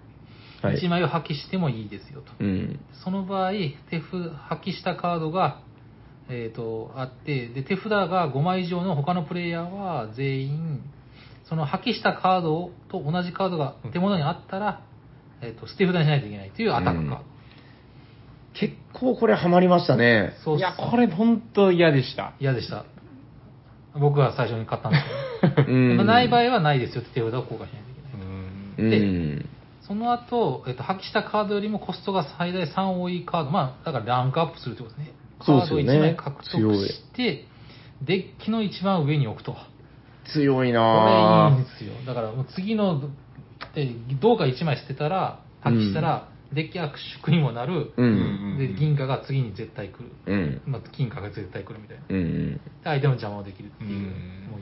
はい
1枚を破棄してもいいですよと。
うん。
その場合、手札、破棄したカードが、えー、と、あって、で、手札が5枚以上の他のプレイヤーは全員、その破棄したカードと同じカードが手元にあったら、えー、と、捨て札にしないといけないというアタックカード。
結構これハマりましたね。
そうっ
い
す
や、これ本当嫌でした。
嫌でした。僕が最初に買ったんですけど。
うん
まあない場合はないですよって手札を交換しないといけない。
うん
うん。
その後、えっと、破棄したカードよりもコストが最大3多いカード、まあ、だからランクアップするってことですね。
そうですよね
カード1枚獲得して、デッキの一番上に置くと。こ
強
れ
い
いいん
な
ですよ。だからもう次の、でどうか1枚捨てたら、破棄したら、デッキ悪縮にもなる、
ぁ。う。
うんん
で、銀貨が次に絶対来る。
うん。
まあ、金貨が絶対来るみたいな。で、
うん。
相手の邪魔をできるっていう、
うん
もう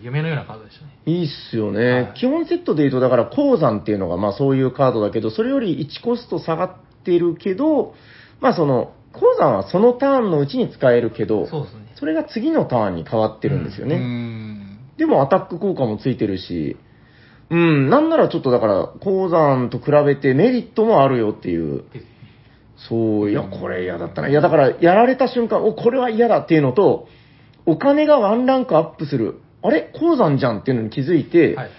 夢のようなカードでしたね。
いいっすよね、
はい
基本セットで言うと、だから鉱山っていうのがまあそういうカードだけど、それより1コスト下がってるけど、まあその、鉱山はそのターンのうちに使えるけど、
そうですね。
それが次のターンに変わってるんですよね。
うん
でもアタック効果もついてるし、うん、なんならちょっとだから、鉱山と比べてメリットもあるよっていう。
です
そう、いや、これ嫌だったな。いや、だから、やられた瞬間、お、これは嫌だっていうのと、お金がワンランクアップする。あれ鉱山じゃんっていうのに気づいて、
はい。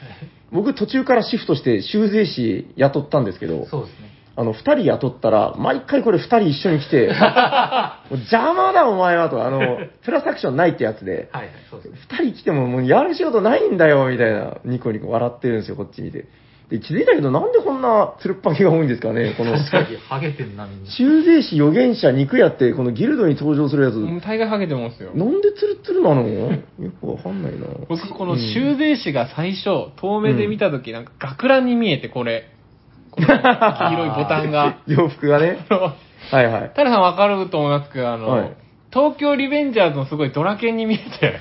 僕途中からシフトして修税士雇ったんですけど、
そうですね。
あの、二人雇ったら、毎回これ二人一緒に来 て、もう邪魔だお前はと、あの、プラスアクションないってやつで、
はいはい、そうですね。
二人来てももうやる仕事ないんだよ、みたいな、ニコニコ笑ってるんですよ、こっち見て。で、気づいたけど、なんでこんなつるっぱげが多いんですかね、この。
確かに、ハゲてんな、みんな。
修正士、予言者、肉屋って、このギルドに登場するやつ、
もう大概ハゲてますよ。
なんでつるつるなのよくわかんないな。
僕、この修税師が最初、遠目で見たとき、なんか学ランに見えて、これ。この黄色いボタンが。
洋服がね。
あの
はいはい。
タラさんわかると思いますけど、あの、
はい
東京リベンジャーズのすごいドラケンに見えて、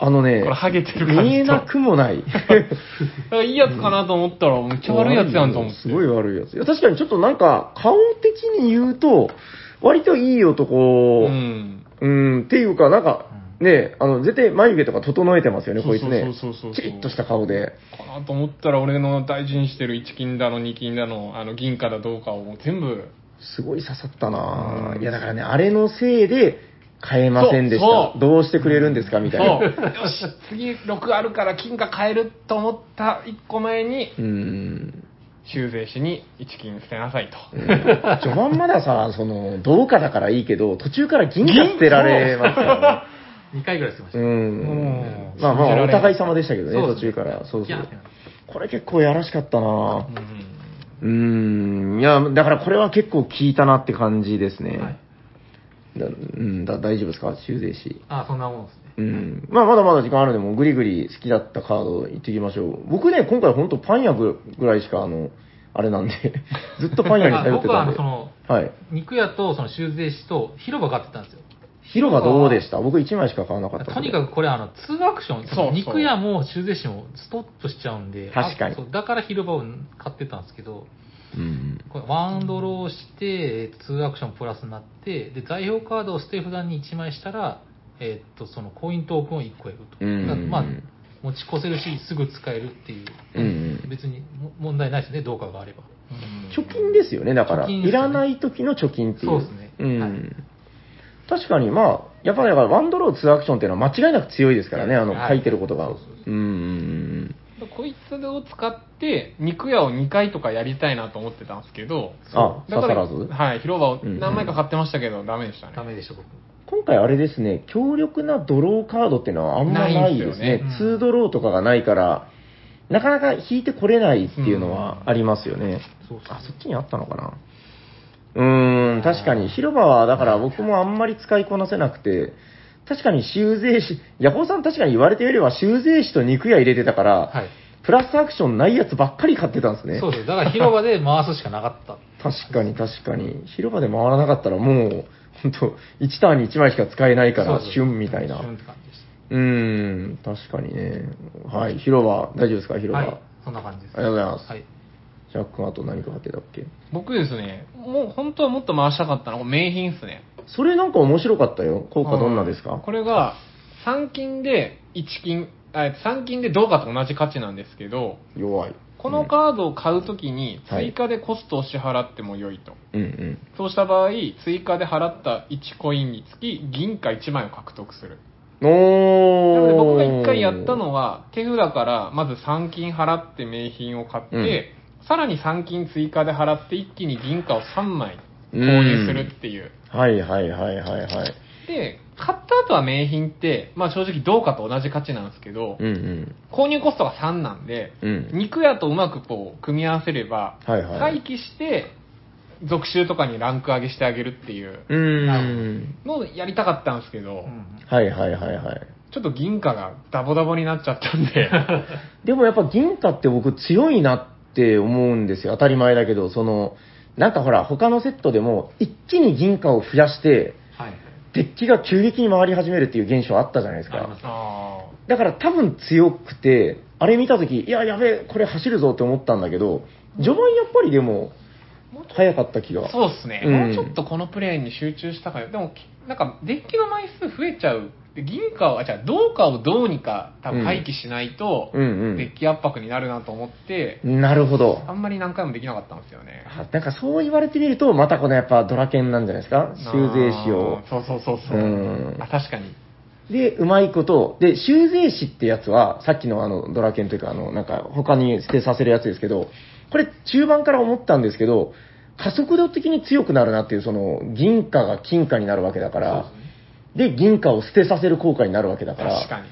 あのね
これ、ハゲてる感じと。
見えなくもない。
だからいいやつかなと思ったら、めっちゃ悪いやつやんと思って。
すごい悪いやつ。いや、確かにちょっとなんか、顔的に言うと、割といい
う
男、うん、
ん。
っていうか、なんか、ね、あの、絶対眉毛とか整えてますよね、
そう
こい
そ
つ
う
ね
そうそうそう。
チリッとした顔で。
かなと思ったら、俺の大事にしてる1金だの2金だの、あの、銀貨だどうかをもう全部、
すごい刺さったなぁ、
うん
いや、だからね、あれのせいで、買えませんでし
そうそ
た。
う
どうしてくれるんですかみ
そ
た
う。
いな。
よし、次6あるから金貨買えると思った1個前に、
うーん。
修正しに1金捨てなさいと。
うん序盤まださ、その、同化だからいいけど、途中から銀貨捨てられますから
2回ぐらいしてまし
ね。う
た。
ん
う。ん
まあま
信じられ
あ、
な
お
い
互い様でしたけどね、
そう
途
ですね
中から。そう
い
そ
や
う。これ結構やらしかったな
う
ぁ
ん
うーん。いや、だからこれは結構効いたなって感じですね。
はい
だうん、だ大丈夫ですか修正し。
あ、そんなもんですね。
うん。まあ、まだまだ時間あるんで、もうグリグリ好きだったカードいってきましょう。僕ね、今回ほんとパン屋ぐぐらいしか、あの、あれなんで、 ずっとパン屋に頼ってたんで。
僕はあの
はい。
肉屋と、その修繕師と広場買ってたんですよ。
広場どうでした僕1枚しか買わなかったんで。
とにかくこれ、あの、2アクション、
そうそう
肉屋も修繕師もストップしちゃうんで、
確かに
あそうだから広場を買ってたんですけど、
うん。
これワンドローして、2アクションプラスになって、で、代表カードを捨て札に1枚したら、えーっと、そのコイントークンを1個得ると。
うん
だからまあ、持ち越せるし、すぐ使えるっていう。
うんうん
別にも問題ないですね、どうかがあれば。
貯金ですよね、だから。
貯金です
い
よね
らない時の貯金っていう。
そうですね
うん。
はい
確かに、まあ、やっぱりだから、ワンドロー、ツーアクションっていうのは間違いなく強いですからね、あの、
はい
書いてることが。
そううそう
うんうん
こいつを使って肉屋を2回とかやりたいなと思ってたんですけど
うん。あ、
だか
刺さ
ら
らず
はい、広場を
うんうん
何枚か買ってましたけど、ダメでしたね
ダメでしょ、僕。
今回あれですね、強力なドローカードっていうのはあんまないです
ない
ね。
ん
です
ツ
よね
ードローとかがないから、なかなか引いてこれないっていうのはありますよね。
そうそう
あ、そっちにあったのかな。うーん、確かに広場はだから僕もあんまり使いこなせなくて、確かに修正士、ヤホーさん確かに言われてみれば修正士と肉屋入れてたから、
はい。
プラスアクションないやつばっかり買ってたんですね
そう。です。だから広場で回すしかなかった。
確かに確かに。広場で回らなかったらもう、本当1ターンに1枚しか使えないから、
そう
旬みたいな。
旬って感じでし
うーん、確かにね。はい、広場、大丈夫ですか、
た。
広場。
は
あ
い。そんな感じで
り
す。
がとうございます。
はい。
ジャック君、あと何か買ってたっけ
僕ですねもう本当はもっと回したかったのこれ名品ですね
それなんか面白かったよ。効果どんなです
うん
か
これが3金で1金あ3金でどうかと同じ価値なんですけど
弱い。
このカードを買うときに
うんはい
追加でコストを支払っても良いと、
うんうん。
そうした場合追加で払った1コインにつき銀貨1枚を獲得する
おー。
なので僕が1回やったのは、手札からまず3金払って名品を買って、さらに3金追加で払って一気に銀貨を3枚購入するっていう。
はいはいはいはいはい。
で、買った後は名品って、まあ正直どうかと同じ価値なんですけど、
うんうん。
購入コストが3なんで、
うん。
肉屋とうまくこう組み合わせれば、
はいはい。
回帰して、続集とかにランク上げしてあげるっていう
うーん。
のをやりたかったんですけど、
うん
はいはいはいはい。
ちょっと銀貨がダボダボになっちゃったん で、
でもやっぱ銀貨って僕強いなって思うんですよ。当たり前だけど、その、なんかほら、他のセットでも一気に銀貨を増やして、
はい。
デッキが急激に回り始めるっていう現象あったじゃないです
ありま
か
す。
あー
だから多分強くて、あれ見たとき、いや、やべえ、これ走るぞって思ったんだけど、序盤やっぱりでも、
もうちょっと
早かった気が。
そうですね、
うん
もうちょっとこのプレーに集中したかよ、でも、きなんかデッキの枚数増えちゃう、で銀貨を、あ、じゃ銅貨をどうにか多分廃棄しないと、
うんうん
デッキ圧迫になるなと思って、
なるほど。
あんまり何回もできなかったんですよね。
あなんかそう言われてみると、またこのやっぱドラケンなんじゃないですか修正師を
あ。ーそうそうそうそう、
うん
あ確かに、
で、うまいこと、で、修正師ってやつは、さっきのあの、ドラケンというか、あの、なんか、他に捨てさせるやつですけど、これ、中盤から思ったんですけど、加速度的に強くなるなっていう、その、銀貨が金貨になるわけだから、で銀貨を捨てさせる効果になるわけだから、
確かに、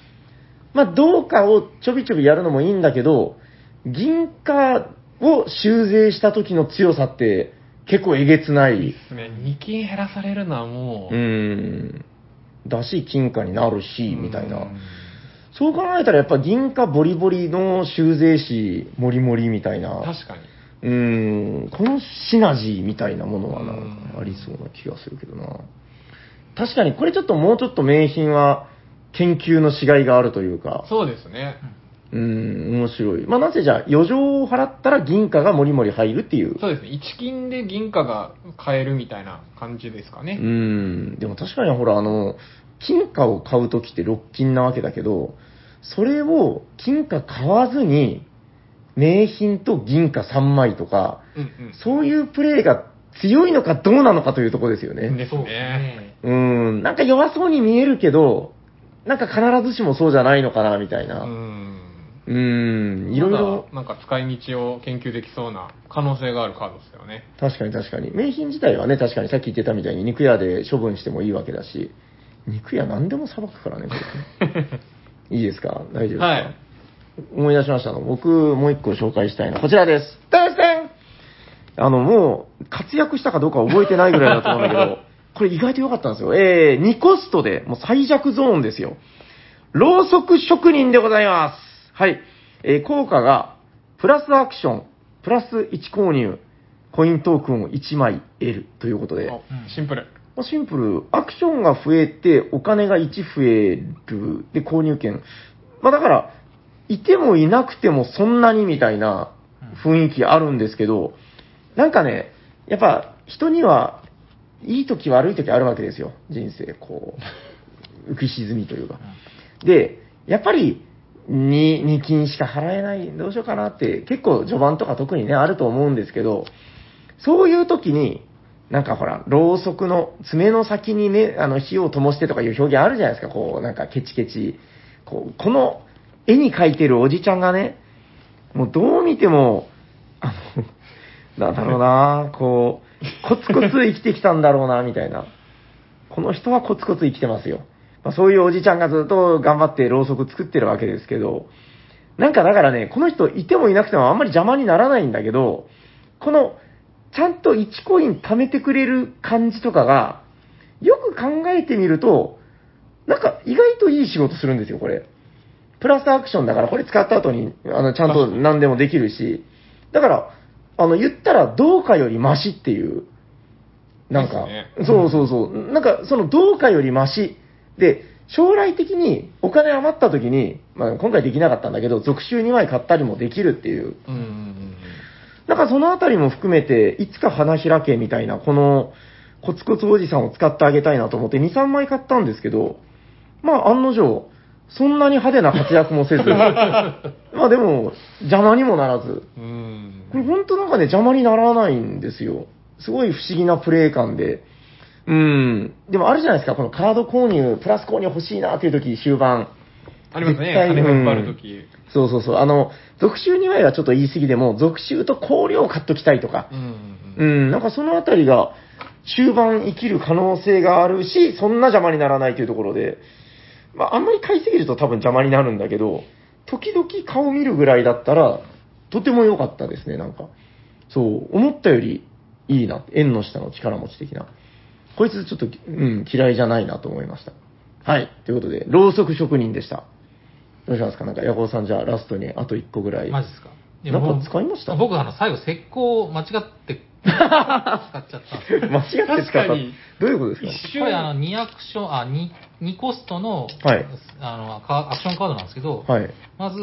まあ、銅貨をちょびちょびやるのもいいんだけど、銀貨を修正した時の強さって、結構えげつない。
ですね、2金減らされるのはもう、
うーん。だし、金貨になるし、みたいな
う。ん
そう考えたら、やっぱ銀貨ボリボリの修正師、モリモリみたいな。
確かに、
うーん。このシナジーみたいなものはなん
うん
かありそうな気がするけどな。確かに、これちょっともうちょっと名品は、研究のしがいがあるというか。
そうですね、
うーん、面白い。まあ、なぜじゃあ、余剰を払ったら銀貨がもりもり入るっていう。
そうですね、1金で銀貨が買えるみたいな感じですか
う
ね。
ーん、でも確かにほら、あの、金貨を買うときって6金なわけだけど、それを金貨買わずに、名品と銀貨3枚とか、
うんうん
そういうプレイが強いのかどうなのかというところですよね。
です
そうです
ね。
ね。
うーん、なんか弱そうに見えるけど、なんか必ずしもそうじゃないのかな、みたいうな。
ん。
うーん、いろいろ
まだなんか使い道を研究できそうな可能性があるカードですよね。
確かに確かに。名品自体はね、確かにさっき言ってたみたいに肉屋で処分してもいいわけだし、肉屋何でもさばくからね、これい いですか大丈夫ですか、
はい
思い出しましたの。僕、もう一個紹介したいのはこちらです。大戦あの、もう、活躍したかどうかは覚えてないぐらいだと思うんだけど、これ意外と良かったんですよ。えー、2コストで、もう最弱ゾーンですよ。ろうそく職人でございます。はい。えー効果が、プラスアクション、プラス1購入、コイントークンを1枚得るということで、
お
も
シンプル。
うシンプル、アクションが増えて、お金が1増える、で、購入券。まあだから、いてもいなくてもそんなにみたいな雰囲気あるんですけど、なんかね、やっぱ人には、いい時悪い時あるわけですよ。人生、こう、浮き沈みというか。で、やっぱり2、2金しか払えない、どうしようかなって、結構序盤とか特にね、あると思うんですけど、そういう時に、なんかほら、ろうそくの爪の先にね、あの、火を灯してとかいう表現あるじゃないですか、こう、なんかケチケチ。こう、この絵に描いてるおじちゃんがね、もうどう見ても、あの、なんだろうな、こう、コツコツ生きてきたんだろうな、みたいな。この人はコツコツ生きてますよ。まあ、そういうおじちゃんがずっと頑張ってろうそく作ってるわけですけど、なんかだからね、この人いてもいなくてもあんまり邪魔にならないんだけど、この、ちゃんと1コイン貯めてくれる感じとかが、よく考えてみると、なんか意外といい仕事するんですよ、これ。プラスアクションだから、これ使った後に、あの、ちゃんと何でもできるし、だから、あの、言ったら、どうかよりマシっていう、なんか、
ですね
そうそうそう、なんか、その、どうかよりマシで、将来的にお金余った時に、まあ、今回できなかったんだけど、続集2枚買ったりもできるっていう、
うんうんうん
なんかそのあたりも含めて、いつか花開けみたいな、このコツコツおじさんを使ってあげたいなと思って2、3枚買ったんですけど、まあ案の定、そんなに派手な活躍も せず、まあでも邪魔にもならず、
うん。うん
これ本当なんかね邪魔にならないんですよ。すごい不思議なプレイ感で。うん。でもあるじゃないですか、このカード購入、プラス購入欲しいなっていう時、終盤。
ありますね。
絶対
金がいっぱいあるとき。
そうそうそう。あの、続集2枚はちょっと言い過ぎでも、続集と香料を買っときたいとか
う。んう
う
ん
ん、なんかそのあたりが、終盤生きる可能性があるし、そんな邪魔にならないというところで、まあ、あんまり買いすぎると多分邪魔になるんだけど、時々顔見るぐらいだったら、とても良かったですね、なんか。そう、思ったよりいいな。縁の下の力持ち的な。こいつちょっと、うん、嫌いじゃないなと思いました。はい。ということで、ろうそく職人でした。どうしますかなんか、ヤコウさんじゃあラストにあと1個ぐらい。
マジですか。
なんか
もう
使いました
僕、あの、最後、石膏を間違って、 使っちゃったんですよ。
間違って使
確
っ
か
た。どう
に
いうことですか
一
これ、あ
瞬、
の、2アクション、あ、2、2コストの、
はい
あのカ、アクションカードなんですけど、
はい。
まず、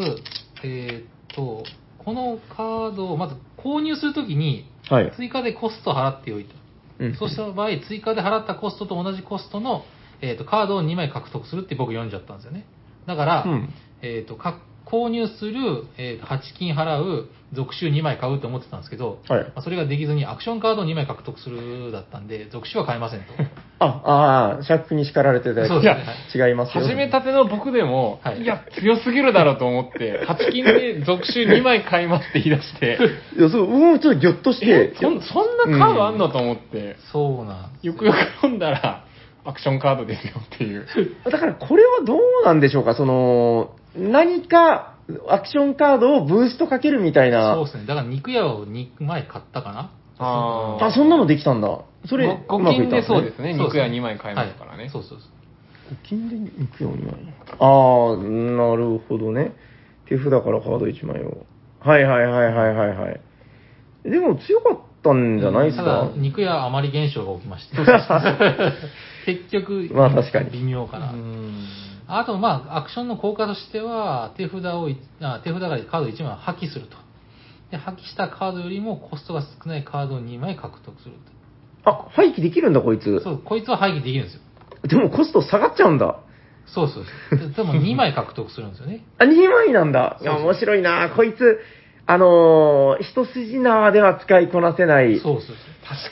えーっと、このカードをまず購入するときに、
はい。
追加でコスト払っておいた。
うん
そうした場合、追加で払ったコストと同じコストの、えー、とカードを2枚獲得するって僕読んじゃったんですよね。だから、
うん
えー、とか購入する、えー、8金払う、続集2枚買うと思ってたんですけど、
はい
まあ、それができずにアクションカードを2枚獲得するだったんで、続集は買えませんと。
あ、ああ、シャークに叱られてたや
そうですね
つ。違いますよ。
始めたての僕でも、
はい
い、や、強すぎるだろうと思って、8金で続集2枚買いますって言い出 して、
いや、そう、もうちょっとギョッとし
え
て、
そんそんなカードあんのと思って、
そうなんです
よくよく読んだら、アクションカードですよっていう。
だからこれはどうなんでしょうか、その、何かアクションカードをブーストかけるみたい
そう
な。
ですね。だから肉屋を2枚買ったかな。
あー
あ、そんなのできたんだ。それ、
ご
うまくいったん
ご近所そうですね
そう
肉屋二枚買えますからね
はいそうそうそう。
ご金で肉よ、2枚。ああ、なるほどね。手札からカード1枚を。はいはいはいはいはいはい。でも強かったんじゃないですか
ただ、肉屋余り現象が起きま して。結局、
まあ確かに
微妙かな。
うん
あと、まあ、アクションの効果としては、手札をい、あ手札からカード1枚を破棄すると。で、破棄したカードよりもコストが少ないカードを2枚獲得する
あ、廃棄できるんだこいつ
と。。そう、こいつは廃棄できるんですよ。
でもコスト下がっちゃうんだ。
そうそう。ででも2枚獲得するんですよね。
あ、2枚なんだ。いや、面白いな。こいつ、あのー一筋縄では使いこなせない。
そうそうそう。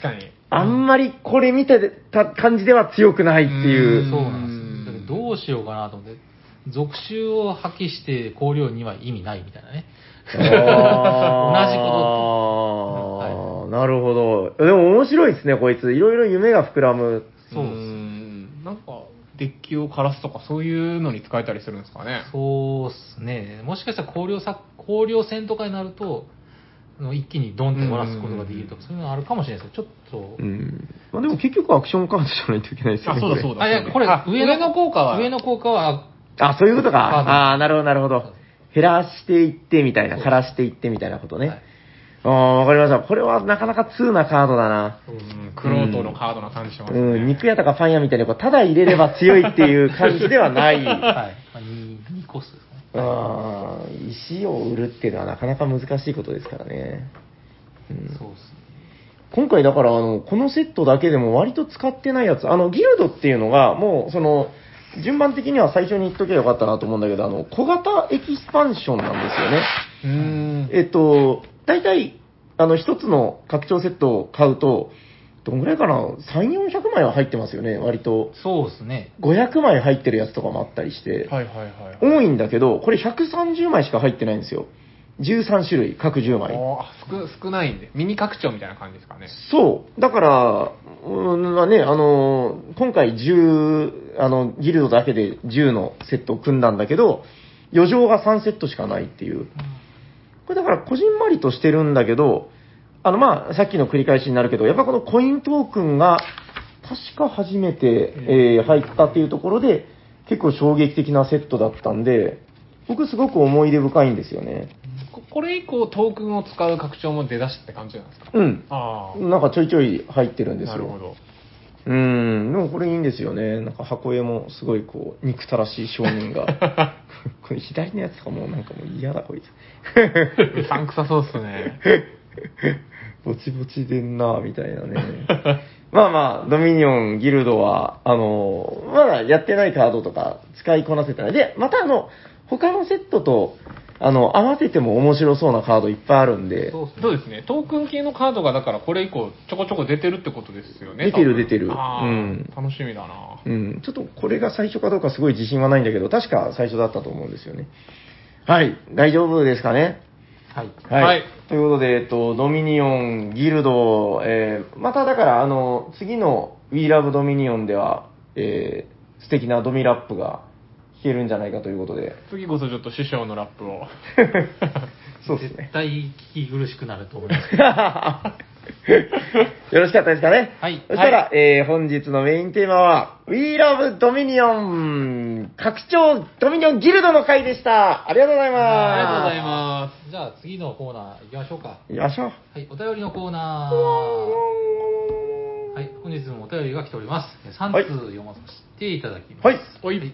確かに。
あんまりこれ見てた感じでは強くないっていうう。
そうなんですよ。だけどどうしようかなと思って、続集を破棄して香料には意味ないみたいなね。
同じこと
は
なるほど。でも面白いですね、こいつ。いろいろ夢が膨らむ。
そうです
んなんか、デッキを枯らすとか、そういうのに使えたりするんですかね。
そうっすね。もしかしたら香料さ、香料戦とかになると、あの一気にドンって漏らすことができるとか、そういうのあるかもしれないですけど、ちょっと。
ん。まあでも結局アクションカードじゃないといけないですよ
あ、
ね。
そうだ
こ
そ
れ
うだ。
あ、いや、これ、
あ上の効果は、
上の効果は、
あ、そういうことか。
カード
ああー、なるほど、なるほど。減らしていってみたいな、
そう
枯らしていってみたいなことね。
はい
ああ、わかりました。これはなかなか通なカードだな。
うん、クロートのカードな感じしますね。
うん、肉屋とかパン屋みたいにこう、ただ入れれば強いっていう感じで はない。
あはい。まあ、2、2コストですね。
あー石を売るっていうのはなかなか難しいことですからね。うん
そうっす
今回だから、あの、このセットだけでも割と使ってないやつ、あの、ギルドっていうのが、もう、その、順番的には最初に言っときゃよかったなと思うんだけど、あの、小型エキスパンションなんですよね。
うん。
えっと、大体、あの、一つの拡張セットを買うと、どんぐらいかな、3、400枚は入ってますよね、割
ね。
と。
そうっすね。
500枚入ってるやつとかもあったりして。
はいはいはい。
多いんだけど、これ130枚しか入ってないんですよ。13種類、各10枚。
おーあ少少ないんで、ミニ拡張みたいな感じですかね。
そう。だから、うんまあね、あのー、今回10、あの、ギルドだけで10のセットを組んだんだけど、余剰が3セットしかないっていう。これだから、こじんまりとしてるんだけど、あの、まあ、さっきの繰り返しになるけど、やっぱこのコイントークンが、確か初めて、えー入ったっていうところで、結構衝撃的なセットだったんで、僕すごく思い出深いんですよね。
ここれ以降、トークンを使う拡張も出だしって感じなんですか
うん。
ああ、
なんかちょいちょい入ってるんです
な
よ。
る ほど。
うん。でもこれいいんですよね。なんか箱絵もすごいこう、憎たらしい商 人が。これ左のやつとかもうなんかもう嫌だこいつ。
うさんくさそうっすね。
ぼちぼちでんなみたいなね。 まあまあ、ドミニオン、ギルドは、あのまだやってないカードとか使いこなせたら。で、またあの、他のセットと、あの、合わせても面白そうなカードいっぱいあるんで。
そうっすね。
そうですね。トークン系のカードが、だからこれ以降、ちょこちょこ出てるってことですよね。
出てる
多分
出てる
ああ、
うん
楽しみだな。
うん、ちょっとこれが最初かどうかすごい自信はないんだけど、確か最初だったと思うんですよね。はい、大丈夫ですかね。
はい。
はい。
はい
ということで、えっと、ドミニオン、ギルド、えーまただから、あの、次の We Love Dominion では、えー素敵なドミラップが弾けるんじゃないかということで。
次こそちょっと師匠のラップを。
そうです ね
絶。対聞き苦しくなると思います。
よろしかったですかね。
はい
そしたら、えー本日のメインテーマは、We Love Dominion 拡張ドミニオンギルドの会でした。ありがとうございます。
ありがとうござい
す。
ます。じゃあ次のコーナー行きましょうか。
よいしょ。
はい、お便りのコーナー。はい、本日もお便りが来ております。3
はい
通読ませていただきます。
はい
おい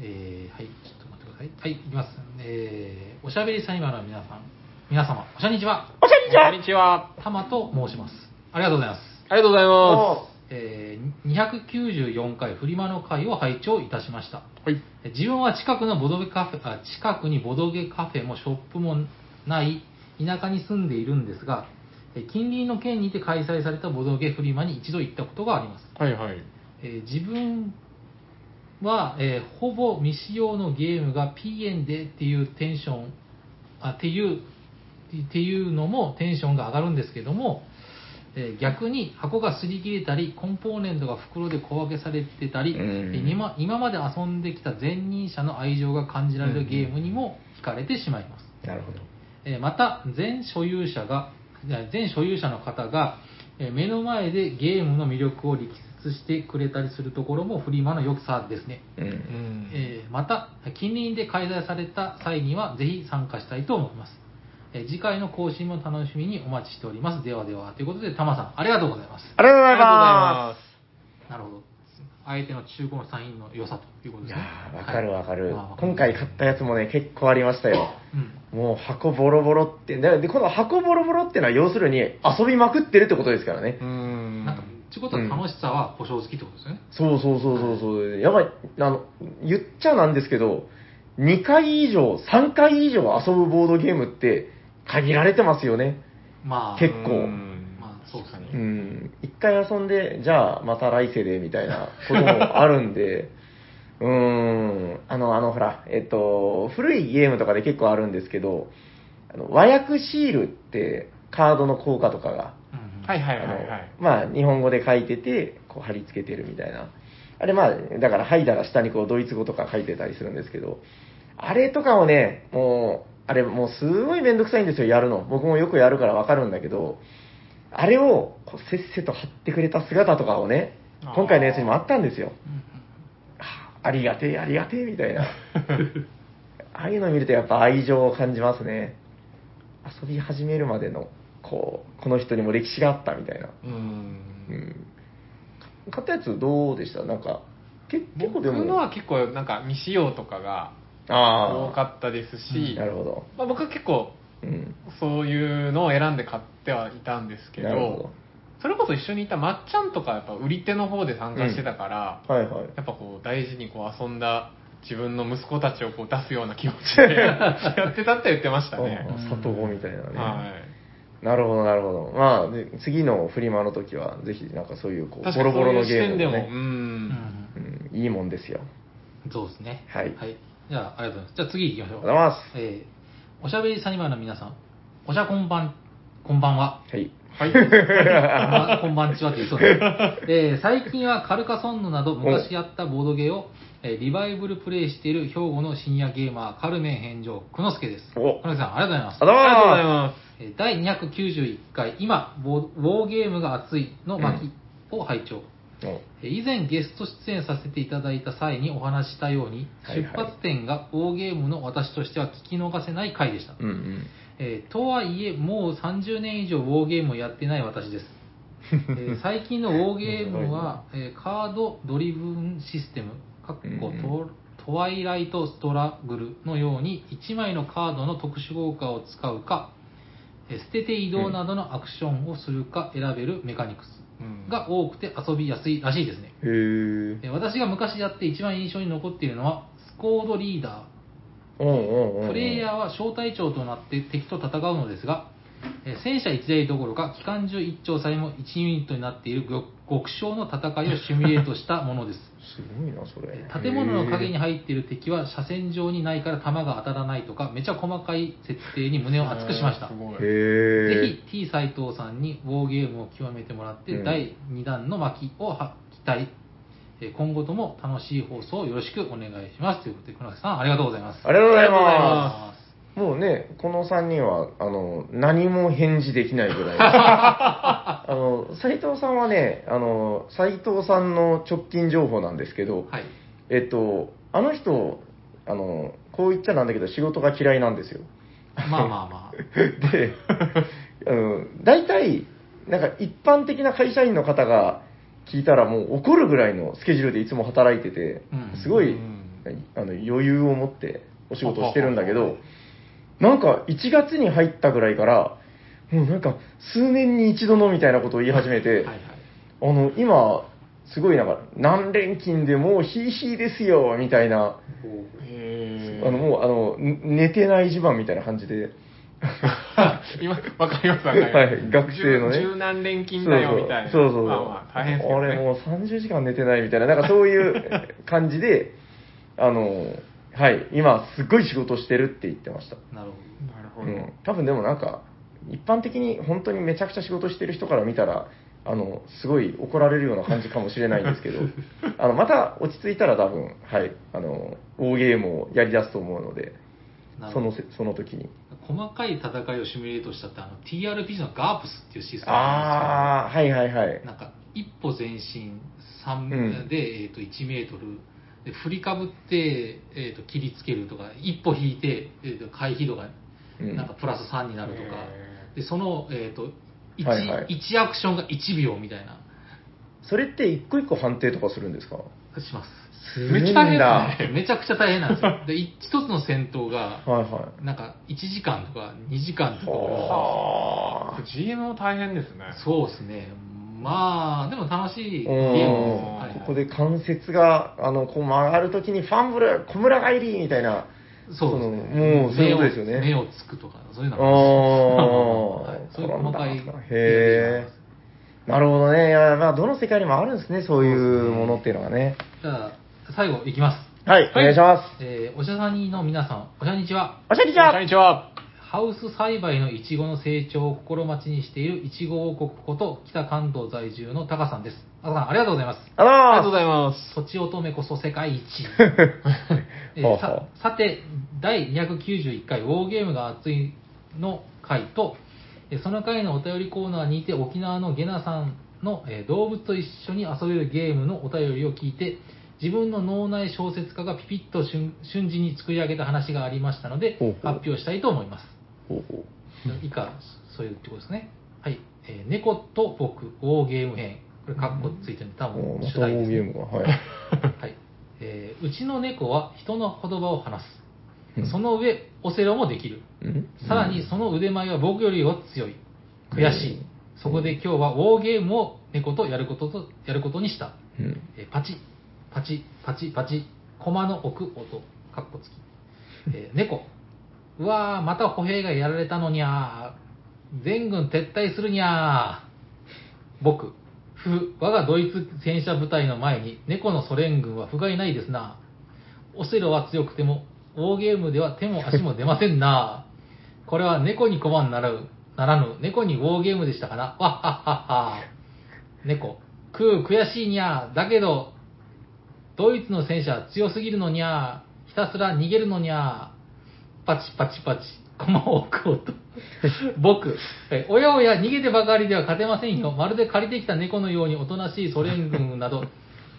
えーはい、ちょっと待ってください。はい、いきます。えーおしゃべりサニバの皆さん、皆様、おしゃにちは。
おしゃにちは
こんにちは。
たまと申します。ありがとうございます。
ありがとうございま
えー294回フリマの会を拝聴いたしました。
す。はい。
え自分は近くのボドゲカフェ、あ近くにボドゲカフェもショップもない田舎に住んでいるんですが、え近隣の県にて開催されたボドゲフリマに一度行ったことがあります。
はいはい。
えー自分は、えーほぼ未使用のゲームが P 円でっていうテンションあっていうっていうのもテンションが上がるんですけども、えー逆に箱が擦り切れたりコンポーネントが袋で小分けされてたり、
うん
えー今今まで遊んできた前任者の愛情が感じられるゲームにも惹かれてしまいます、
なるほど。
えーまた全所有者がえー全所有者の方がえー目の前でゲームの魅力を力説してくれたりするところもフリマの良さですね、
う。
うんん
えーまた近隣で開催された際にはぜひ参加したいと思います、えー次回の更新も楽しみにお待ちしておりますではではということでタマさんありがとうございます
ありがとうござい
あ
な
ま
るほど相手の中古のサインの良さということ
す。
で
い
す
や
ね
ーわかるわかる
はいあーわ。かる
今回買ったやつもね、結構ありましたよ。
うん
もう箱ボロボロって、で、でこの箱ボロボロってのは要するに遊びまくってるってことですからね
う。ん。
なんかちゅうことは楽しさは故障好きってことですよね、
そうそうそうそうそう。やばい、あの、言っちゃなんですけど、2回以上、3回以上遊ぶボードゲームって限られてますよね。
まあ
結構
うん
まあそうですね
うん。1回遊んで、じゃあまた来世でみたいなこともあるんで、うーん。あの、あの、ほら、えっと、古いゲームとかで結構あるんですけど、あの和訳シールってカードの効果とかが
うんうん
はいはい
あ
は
の
いはい。
まあ、日本語で書いてて、こう貼り付けてるみたいな。あれまあ、だから、はいだら下にこうドイツ語とか書いてたりするんですけど、あれとかをね、もう、あれもうすごいめんどくさいんですよ、やるの。僕もよくやるからわかるんだけど、あれをこうせっせと貼ってくれた姿とかをね、今回のやつにもあったんですよ。あありがてえ、ありがてえ、みた いな。ああいうの見るとやっぱ愛情を感じますね。遊び始めるまでの、こう、この人にも歴史があったみたいな。
うん
うん買ったやつどうでしたなんか、結結構
僕
でも。
のは結構なんか未使用とかが
あ
多
あ
かったです
う
し、
なるほど。
まあ、僕は結構
うん。
そういうのを選んで買ってはいたんですけど
なるほ
それこそ一緒にいたまっちゃんとかやっぱ売り手の方で参加してたから、
ど。はいはい。
やっぱこう大事にこう遊んだ自分の息子たちをこう出すような気持ちで やってたって言ってました ね。
ああ里子みたいなね。
はい
なるほど、なるほど。まあ、で次のフリマの時は、ぜひ、なんかそういう、こう、
確
ボ
かに
ロボ
そう
ロ
い
の
う視
ゲーム
点でも、
ね
う
うん
ん。
うん、いいもんですよ。
そうですね。
はい
じゃあ、ありがとうございます。じゃあ次行きまし
あ
ょ
り
う。
がとうございま
えーおしゃべりサニバーの皆さん、おしゃこんばん、こんばんは。
す。はい。
はい。
あこんばんちはって言いそうです、えー最近はカルカソンヌなど昔やったボードゲーを、えーリバイブルプレイしている兵庫の深夜ゲーマー、カルメン返上、くのすけです。く
お
のすけさん、ありがとうございます
ありがとうご。ざ
ありがとうござ
い
い
ま
ま
えー第291回、今、ボーウォーゲームが熱いの巻を拝聴。
す。お
えー以前ゲスト出演させていただいた際にお話ししたように、
はいはい
出発点が大ゲームの私としては聞き逃せない回でした、
うんうん。
えーとはいえもう30年以上ウォーゲームをやってない私 です、えー最近のウォーゲームは、えーカードドリブンシステムかっこ
うん
トトワイライトストラグルのように1枚のカードの特殊効果を使うかえー捨てて移動などのアクションをするか選べるメカニクス
す。
が多くて遊びやすいらしいですね
へー
えー私が昔やって一番印象に残っているのはスコードリーダ
おうんうんうんう
ー
ん。
プレイヤーは小隊長となって敵と戦うのですが、えー戦車1台どころか機関銃1丁さえも1ユニットになっている極極小の戦いをシミュレートしたものです
すごいな、それ
え。ー建物の陰に入っている敵は車線上にないから弾が当たらないとかめちゃ細かい設定に胸を熱くしました
すごい。
へ
ぜひ T 斎藤さんにウォーゲームを極めてもらって、
うん
第2弾の巻をは期待、えー今後とも楽しい放送をよろしくお願いしますということで、黒瀬さん、ありがとうございます。
ありがとうございます。
あ
もうね、この3人は、あの、何も返事できないぐらい。あの、斎藤さんはね、あの、斎藤さんの直近情報なんですけど、
はい。
えっと、あの人、あの、こう言っちゃなんだけど、仕事が嫌いなんですよ。
まあまあ ま
で、あの、大体、なんか一般的な会社員の方が聞いたらもう怒るぐらいのスケジュールでいつも働いてて
うん、
すごい、
うん
あの余裕を持ってお仕事をしてるんだけど、なんか1月に入ったぐらいから、もうなんか数年に一度のみたいなことを言い始めて、
はいはい
あの、今、すごいなんか、何連勤でもうヒーヒーですよ、みたいな、
へ
あの、もう、あの、寝てない地盤みたいな感じで、
今、わかります、わかります。
はい、 学生のね。
柔軟錬金だよ、みたいな。
そうそうそう。
まあまあ、大変ですけどね。
俺もう30時間寝てないみたいな、なんかそ ういう感じで、あの、はい、今すっごい仕事してるって言ってました。
なるほ
なるほ
う
ど。
ん、多分でもなんか、一般的に本当にめちゃくちゃ仕事してる人から見たら、あの、すごい怒られるような感じかもしれないんですけ ど、あの、また落ち着いたら多分、はい、あの、大ゲームをやり出すと思うので、
ど。なる
そ
ほ
の
ど
せ、その時に。
細かい戦いをシミュレートしたって、あの、TRPG の GARPS っていうシステムなん
ああ、はいはいはい
ですけど、。なんか、一歩前進三
うん
で、えっと、1メートル。で、振りかぶって、えっと、切りつけるとか、一歩引いて、えっと、回避度が、
うん
なんかプラス3になるとか、
へ
で、その、えっと、1、
はいはい
一アクションが1秒みたいな、
それって一個一個判定とかするんですか
します。
する
め
んだ
っちゃ大変だね
めちゃくちゃ大変なんですよ。で、い一つの戦闘が、
はいはい。
なんか1時間とか2時間とか
はあ。GM も大変ですね。
そうですね。まあ、でも楽しいゲームです
うん
はいはい。
ここで関節が、あの、こう曲がるときに、ファンブル、小村帰りみたいな、
そうです
そのもうそういうことですよね
目を目をつくとか、そういうの
あ
があ
あ
りますはいそういう細かい
そうなんだへーなるほどね。いや、まあ、どの世界にもあるんですね、そういうものっていうのがね。
じゃあ、最後いきます。
はい、お願いします。
えー、おしゃさにの皆さん、おしゃにちは。
おしゃれじゃ
こんにちは。
ハウス栽培のイチゴの成長を心待ちにしているいちご王国こと北関東在住のタカさんです。タカさん、ありがとうございます。
あり
あ
がとうござ
のー
います。
とちおとめこそ世界一。 えー
ほうほ
さ
う
さて、第291回、ウォーゲームが熱いの回と、えーその回のお便りコーナーにて、沖縄のゲナさんの、えー動物と一緒に遊べるゲームのお便りを聞いて、自分の脳内小説家がピピッと瞬瞬時に作り上げた話がありましたので
ほうほ、う
発表したいと思います。
ほうほう
以下、そういうってことですね。はい。えー猫と僕、ウォーゲーム編。これ、カッコついてるの多
お
分、
ーま
主
た
題で
大
す、
ゲー
ね。
ムが。はい。
はい。えーうちの猫は人の言葉を話
うん
す。その上、オセロもできる。
ん
さらに、その腕前は僕よりは強い。悔し
う
い
ん。
そこで今日はウォーゲームを猫とやることと、やることにした。
うん。
えーパチ、パチ、パチ、パチ、駒の置く音、カッコつき。えー猫、うわー、また歩兵がやられたのにゃー、全軍撤退するにゃー、僕、ふ、我がドイツ戦車部隊の前に、猫のソ連軍は不甲斐ないですな。オセロは強くても、ウォーゲームでは手も足も出ませんな。これは猫に駒にならう、ならぬ、猫にウォーゲームでしたかな。わっはっはっは。猫、くう、悔しいにゃー。だけど、ドイツの戦車は強すぎるのにゃー。ひたすら逃げるのにゃー。パチパチパチ、駒を置こうと。僕、えおやおや逃げてばかりでは勝てませんよ。まるで借りてきた猫のようにおとなしいソ連軍など、ひ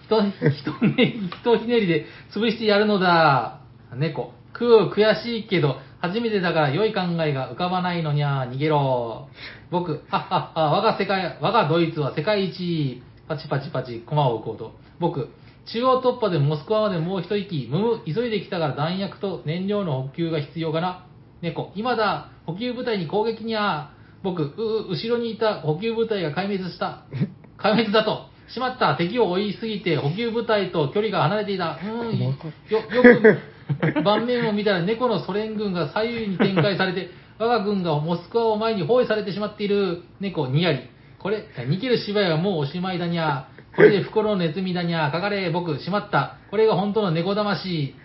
と、ひとね、ひとひねりで潰してやるのだ。猫、くう、悔しいけど、初めてだから良い考えが浮かばないのにゃー、逃げろ。僕、はっはっは、我が世界、我がドイツは世界一。パチパチパチ、駒を置こうと。僕、中央突破でモスクワまでもう一息、むむ、急いできたから弾薬と燃料の補給が必要かな。猫、今だ補給部隊に攻撃にゃ僕、うう、後ろにいた補給部隊が壊滅した。壊滅だと。しまった、敵を追いすぎて補給部隊と距離が離れていた。うーん、よ、よく、盤面を見たら猫のソ連軍が左右に展開されて、我が軍がモスクワを前に包囲されてしまっている。猫、にやり。これ、逃げる芝居はもうおしまいだにゃ。これで袋のネズミだにゃ。かかれ、僕、しまった。これが本当の猫魂。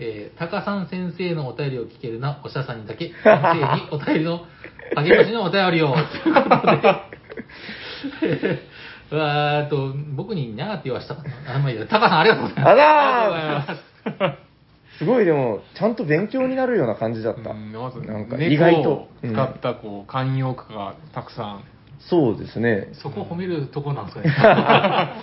えー、タカさん先生のお便りを聞けるな、おしゃさんにだけ、先生にお便りの、励ましのお便りを、ということで、 えー、わーっと、僕ににゃーって言わしたかな。あんまあいいや、タカさんありがとうございます。
あ
あ
らー
りがとうございます。
すごいでも、ちゃんと勉強になるような感じだった。
うんまず
なんか意
猫
外
を
と。うん
使ったこう慣用句がたくさん、
そうですね。
そこ褒めるとこなんですかね。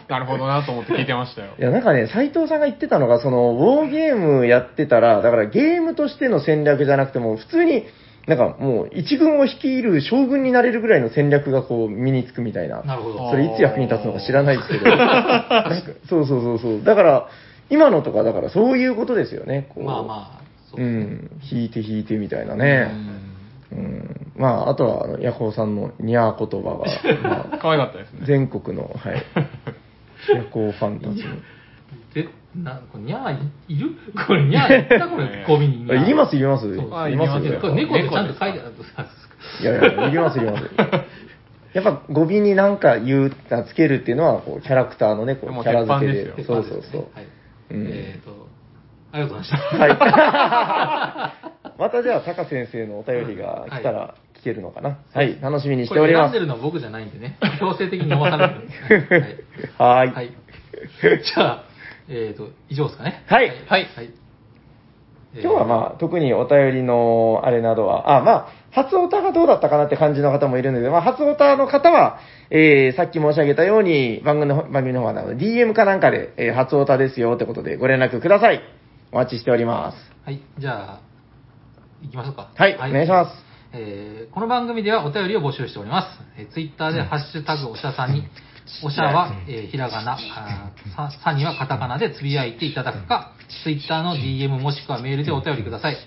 なるほどなと思って聞いてましたよ
い。や、なんかね、斉藤さんが言ってたのが、その、ウォーゲームやってたら、だからゲームとしての戦略じゃなくても、普通に、なんかもう、一軍を率いる将軍になれるぐらいの戦略がこう、身につくみたいな。
なるほど。
それいつ役に立つのか知らないですけど。 なんかそうそうそうそう。だから、今のとか、だからそういうことですよね。こう
まあまあ、そう
う
ですね
ん、引いて引いてみたいな
う
ね。
ん
うん、まあ、あとはあの、ヤホーさんのニャー言 葉が、まあ
可愛かったですね。
全国の、はい、ヤホーファンたちに。
で、な、これ、にゃーい、いるこれ、にゃーいったこれ、ゴミに。
あいります、いります。
そう
あ
いります
いり
よ
ます
これ、
ね
猫でちゃんと書いてある。
いやいや、いります、いります。やっぱ語尾に何か言う、つけるっていうのは、こう、キャラクターのね、こう、
もう
キャラ付けで。
鉄板です
そうそうそう。
はい。
うん
えっと、ありがとうございました。
はい。またじゃあ、タカ先生のお便りが来たら聞けるのかな。はい、楽 しみにしており
こ
ま。
れ選んでするのは僕じゃないんでね、強制的に飲まされるんで。
は。
はいい。はい。じゃあ、えっと、以上ですかね。
はい
はい
はい。
今日はまあ、特にお便りのあれなどは、あ、まあ、初オタがどうだったかなって感じの方もいるので、まあ、初オタの方は、えー、さっき申し上げたように、番組の、番組の方はあの DM かなんかで、えー、初オタですよってことでご連絡ください。お待ちしております。
はい、じゃあ、行きましょうか。
はいお願いします。
えーこの番組ではお便りを募集しております。えー、ツイッターでハッシュタグおしゃさんに、 おしゃは、えーひらがな、あーささにはカタカナでつぶやいていただくか、ツイッターの DM もしくはメールでお便りください。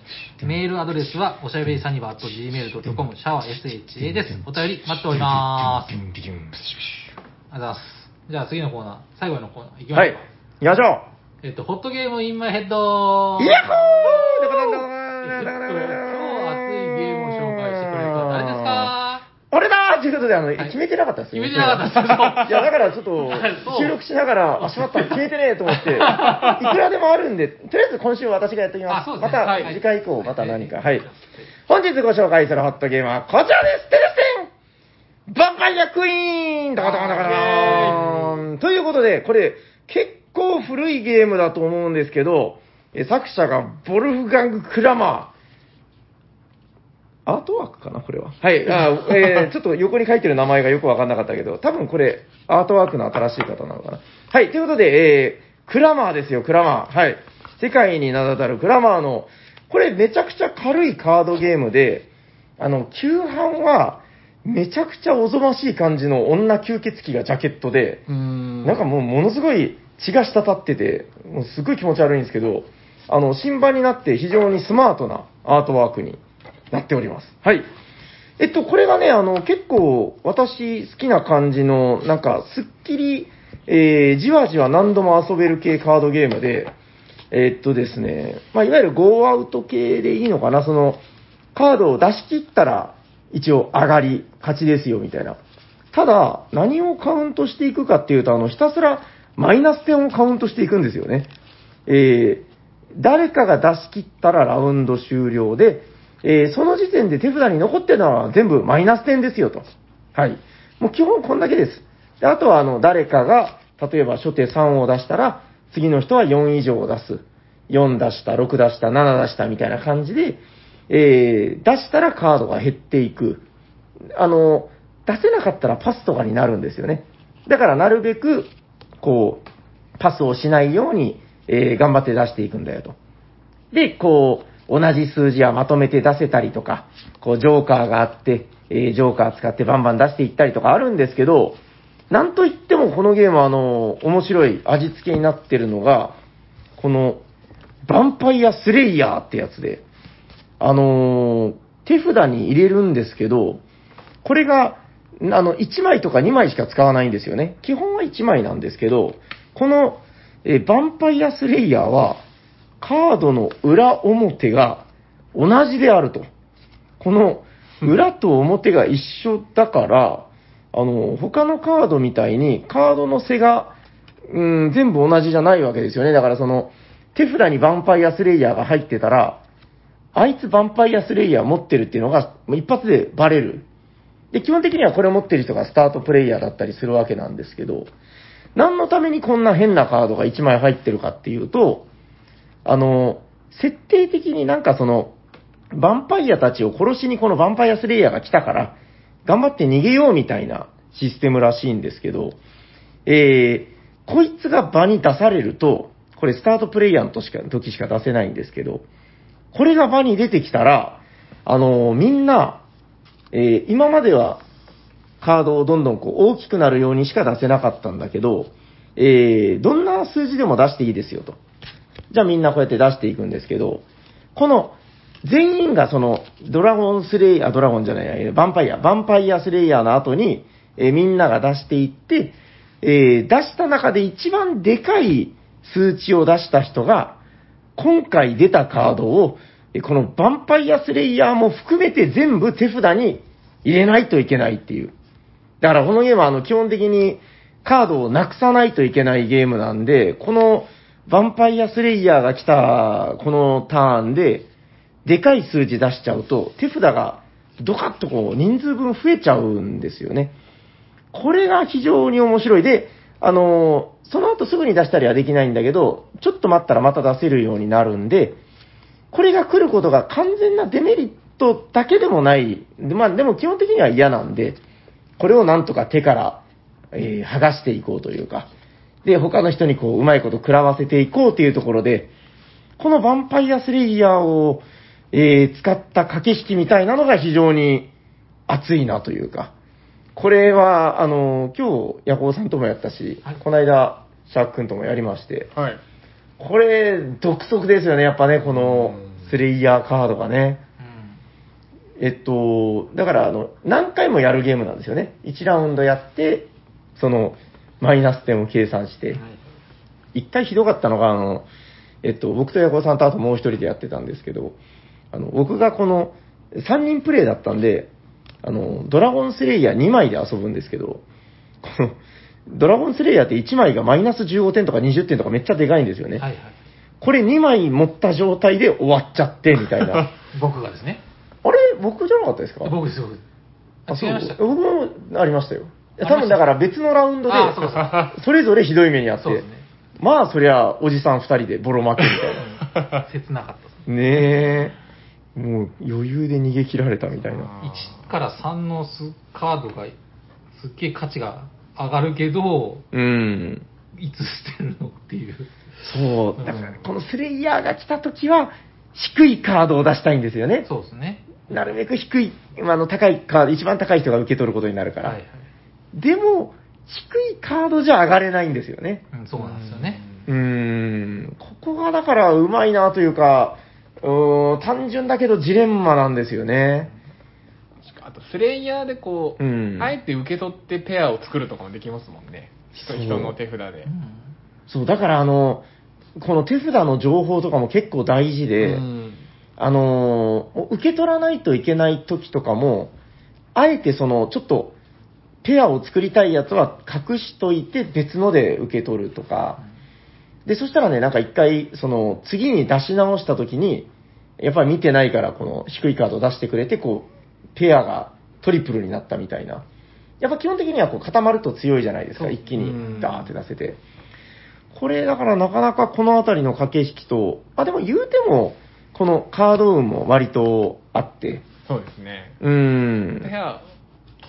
メールアドレスは、おしゃべりサニバー .gmail.com、シャワー SHA です。お便り待っております。ありがとうございます。じゃあ次のコーナー、最後のコーナー行きま
は
しょ
い。
うか。
行きましょ
えっと、ホットゲームインマイヘッド
うイヤッホー
今日熱いゲームを紹介してくれる人は誰ですか
俺だーということで、あの、
い
決めてなかったです
決めてなかった
いや、だからちょっと
そう、
収録しながら、あ、しまった、消えてねえと 思って、いくらでもあるんで、とりあえず今週は私がやっておきます。
あそうです
ま
ね
た、
はい
次回以降、また何か。はい
はい。
本日ご紹介するホットゲームはこちらですテレステンヴァンパイアクイーンだかだかだかということで、これ、結構古いゲームだと思うんですけど、え作者がボルフガング・クラマー。アートワークかなこれは。はい。あーえーちょっと横に書いてる名前がよくわかんなかったけど、多分これ、アートワークの新しい方なのかな。はい。ということで、えー、クラマーですよ、クラマー。はい。世界に名だたるクラマーの、これめちゃくちゃ軽いカードゲームで、あの、旧版は、めちゃくちゃおぞましい感じの女吸血鬼がジャケットで、
うん
なんかもうものすごい血が滴ってて、もうすごい気持ち悪いんですけど、あの、新版になって非常にスマートなアートワークになっております。はい。えっと、これがね、あの、結構私好きな感じの、なんか、すっきり、えー、じわじわ何度も遊べる系カードゲームで、えっとですね、まあ、いわゆるゴーアウト系でいいのかな、その、カードを出し切ったら、一応上がり、勝ちですよ、みたいな。ただ、何をカウントしていくかっていうと、あの、ひたすらマイナス点をカウントしていくんですよね。えー、誰かが出し切ったらラウンド終了で、えー、その時点で手札に残ってるのは全部マイナス点ですよと。はい。もう基本こんだけです。であとは、あの、誰かが、例えば初手3を出したら、次の人は4以上を出す。4出した、6出した、7出したみたいな感じで、えー、出したらカードが減っていく。あの、出せなかったらパスとかになるんですよね。だからなるべく、こう、パスをしないように、えー頑張って出していくんだよと。で、こう、同じ数字はまとめて出せたりとか、こう、ジョーカーがあって、えージョーカー使ってバンバン出していったりとかあるんですけど、なんといってもこのゲームはあの、面白い味付けになってるのが、この、ヴァンパイアスレイヤーってやつで、あのー手札に入れるんですけど、これが、んあの、1枚とか2枚しか使わないんですよね。基本は1枚なんですけど、この、えーヴァンパイアスレイヤーは、カードの裏表が同じであると。この、裏と表が一緒だから、あの、他のカードみたいに、カードの背が、うん、全部同じじゃないわけですよね。だからその、手札にヴァンパイアスレイヤーが入ってたら、あいつヴァンパイアスレイヤー持ってるっていうのが、もう一発でバレる。で、基本的にはこれを持ってる人がスタートプレイヤーだったりするわけなんですけど、何のためにこんな変なカードが1枚入ってるかっていうと、あの、設定的になんかその、ヴァンパイアたちを殺しにこのヴァンパイアスレイヤーが来たから、頑張って逃げようみたいなシステムらしいんですけど、えー、こいつが場に出されると、これスタートプレイヤーの時しか時しか出せないんですけど、これが場に出てきたら、あのーみんな、えー今まではカードをどんどんこう大きくなるようにしか出せなかったんだけど、えーどんな数字でも出していいですよと。じゃあみんなこうやって出していくんですけど、この、全員がその、ドラゴンスレイヤー、ドラゴンじゃないや、えーヴァンパイア、ヴァンパイアスレイヤーの後に、えーみんなが出していって、えー出した中で一番でかい数値を出した人が、今回出たカードを、えーこのヴァンパイアスレイヤーも含めて全部手札に入れないといけないっていう。だからこのゲームはあの基本的にカードをなくさないといけないゲームなんで、このヴァンパイアスレイヤーが来たこのターンで、でかい数字出しちゃうと、手札がドカッとこう人数分増えちゃうんですよね。これが非常に面白い。で、あのーその後すぐに出したりはできないんだけど、ちょっと待ったらまた出せるようになるんで、これが来ることが完全なデメリットだけでもない。でまあ、でも基本的には嫌なんで、これをなんとか手から、えー剥がしていこうというか、で、他の人にこう、うまいこと食らわせていこうというところで、このヴァンパイアスレイヤーを、えー使った駆け引きみたいなのが非常に熱いなというか、これは、あの、今日、ヤコウさんともやったし、
はい
この間、シャーク君ともやりまして、
はい。
これ、独特ですよね、やっぱね、このスレイヤーカードがね。えっと、だから、あの、何回もやるゲームなんですよね。1ラウンドやって、その、マイナス点を計算し
うん
て
は。い
一回ひどかったのが、あの、えっと、僕とヤコウさんとあともう一人でやってたんですけど、あの、僕がこの、3人プレイだったんで、あの、ドラゴンスレイヤー2枚で遊ぶんですけど、この、ドラゴンスレイヤーって1枚がマイナス15点とか20点とかめっちゃでかいんですよね。
はいはい。
これ2枚持った状態で終わっちゃって、みたい な。
僕がですね。
あれ僕じゃなかったですか
僕です、僕です。
あ、そう
違いました。
僕もありましたよ。いや多
ありまし
分
た
だから別のラウンドで、
あ、そうかそうか。
それぞれひどい目にあって、
そうですね。
まあそりゃおじさん2人でボロ負けみたいな。
切なかったです。
ねえ、もう余裕で逃げ切られたみたいな。
1から3のスカードがすっげえ価値が上がるけど、
うん。
いつ捨てるのっていう。
そう、だからこのスレイヤーが来た時は、低いカードを出したいんですよね。
そうですね。
なるべく低い、あの高いカード、一番高い人が受け取ることになるか
はい
ら。
はい。
でも、低いカードじゃ上がれないんですよね。
うん、そうなんですよね。
うーん、ここがだからうまいなというか、うーん単純だけどジレンマなんですよね。
あと、スレイヤーでこう、
うん
あえて受け取ってペアを作るとかもできますもんね。人
そう
人の手札で
う。ん
そう、だからあの、この手札の情報とかも結構大事で、
うん
あのー受け取らないといけない時とかも、あえてその、ちょっと、ペアを作りたいやつは隠しといて別ので受け取るとか、で、そしたらね、なんか一回、その、次に出し直した時に、やっぱり見てないから、この低いカードを出してくれて、こう、ペアがトリプルになったみたいな。やっぱ基本的にはこう固まると強いじゃないです
そ
か、
う
一気
うん
にダーって出せて。これ、だからなかなかこのあたりの駆け引きと、あ、でも言うても、このカード運も割とあって、
そうですね。
うー
い
ん。
や、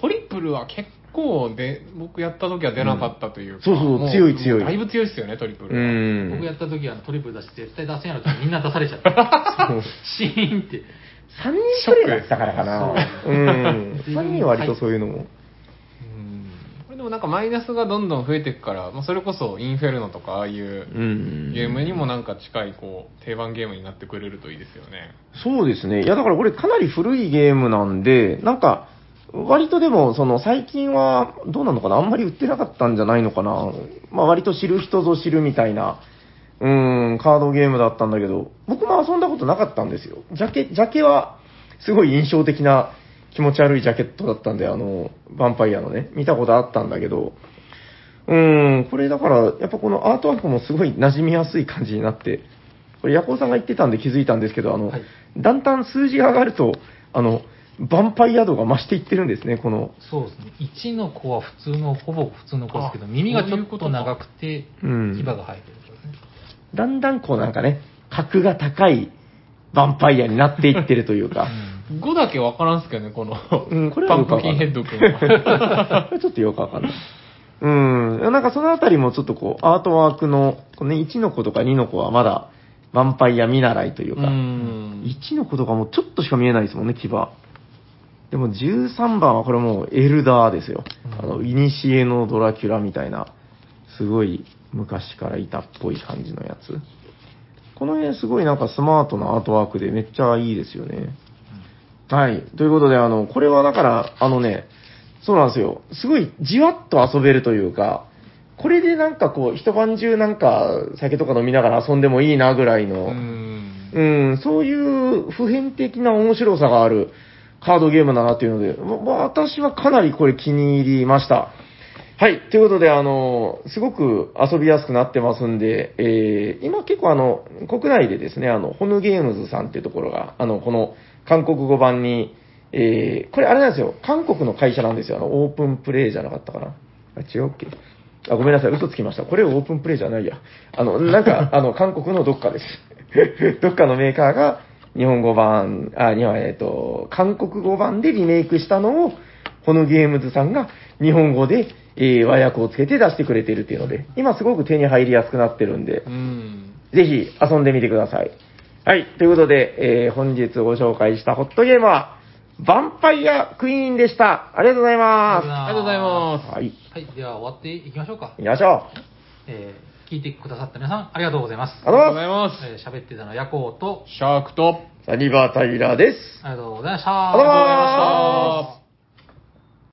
トリプルは結構で、僕やった時は出なかったというか、
うんそうそう
も
強い強い
だいぶ強いですよね、トリプ
う
ル。
ー
僕や
ん。
った時はあのトリプル出して絶対出せんやろってみんな出されちゃ った。
そう
シーンって。
3人プレイだったからかな。
ショック
う
で
ん。
すねそう
3人割とそういうのも。
うんこれでもなんかマイナスがどんどん増えていくから、まあ、それこそインフェルノとかああいう
うん。
ゲームにもなんか近いこう定番ゲームになってくれるといいですよね。
そうですね。いや、だからこれかなり古いゲームなんで、なんか、割とでも、その最近はどうなのかなあんまり売ってなかったんじゃないのかなまあ割と知る人ぞ知るみたいな、うーん、カードゲームだったんだけど、僕も遊んだことなかったんですよ。ジャケ、ジャケは、すごい印象的な気持ち悪いジャケットだったんで、あの、ヴァンパイアのね、見たことあったんだけど、うーん、これだから、やっぱこのアートワークもすごい馴染みやすい感じになって、これ、ヤコウさんが言ってたんで気づいたんですけど、あの、
はい
だんだん数字が上がると、あの、ヴァンパイア度が増していってるんですね、この、
そうですね。1の子は普通の、ほぼ普通の子ですけど、耳がちょっと長くて、
うん
牙が生えてるんですね。
だんだんこうなんかね、格が高いヴァンパイアになっていってるというか、
5だけわからんすけどね、この、
うんこれは
パ
よ
ン
くわ
プキ
かん
ン
な
ヘッ
い
ド 君は。
こ れちょっとよくわかんない。うん。なんかそのあたりもちょっとこう、アートワークの、このね、1の子とか2の子はまだ、ヴァンパイア見習いという
う
か、
ん。
1の子とかもちょっとしか見えないですもんね、牙。でも13番はこれもうエルダーですよ。あの、イニシエのドラキュラみたいな、すごい昔からいたっぽい感じのやつ。この辺すごいなんかスマートなアートワークでめっちゃいいですよね。はい。ということで、あの、これはだから、あのね、そうなんですよ。すごいじわっと遊べるというか、これでなんかこう、一晩中なんか酒とか飲みながら遊んでもいいなぐらいの、
ん。
うん、そういう普遍的な面白さがあるカードゲームだなっていうので、わわ私はかなりこれ気に入りました。はい。ということで、あの、すごく遊びやすくなってますんで、えー今結構あの、国内でですね、あの、ホヌゲームズさんっていうところが、あの、この韓国語版に、えーこれあれなんですよ、韓国の会社なんですよ、あの、オープンプレイじゃなかったかな。あ、違うっけあ、ごめんなさい、嘘つきました。これオープンプレイじゃないや。あの、なんか、あの、韓国のどっかです。 どっかのメーカーが、日本語版、あ、日本、えっ、と、韓国語版でリメイクしたのを、このゲームズさんが日本語で、えー和訳をつけて出してくれてるっていうので、今すごく手に入りやすくなってるんで
う、ん。
ぜひ遊んでみてください。はい、ということで、えー本日ご紹介したホットゲームは、ヴァンパイアクイーンでした。ありがとうございま
ありがとうございます
す。。はい、
はい、では終わっていきましょうか。
行きましょう。
えー聞いてくださった皆さん、ありがとうございます。
ありがとうございます。
ま
えー喋ってたのはヤコウと、
す。シャークと、
サニバータイラーです。
ありがとうございました。
ありがとうございました
ありがとうございました。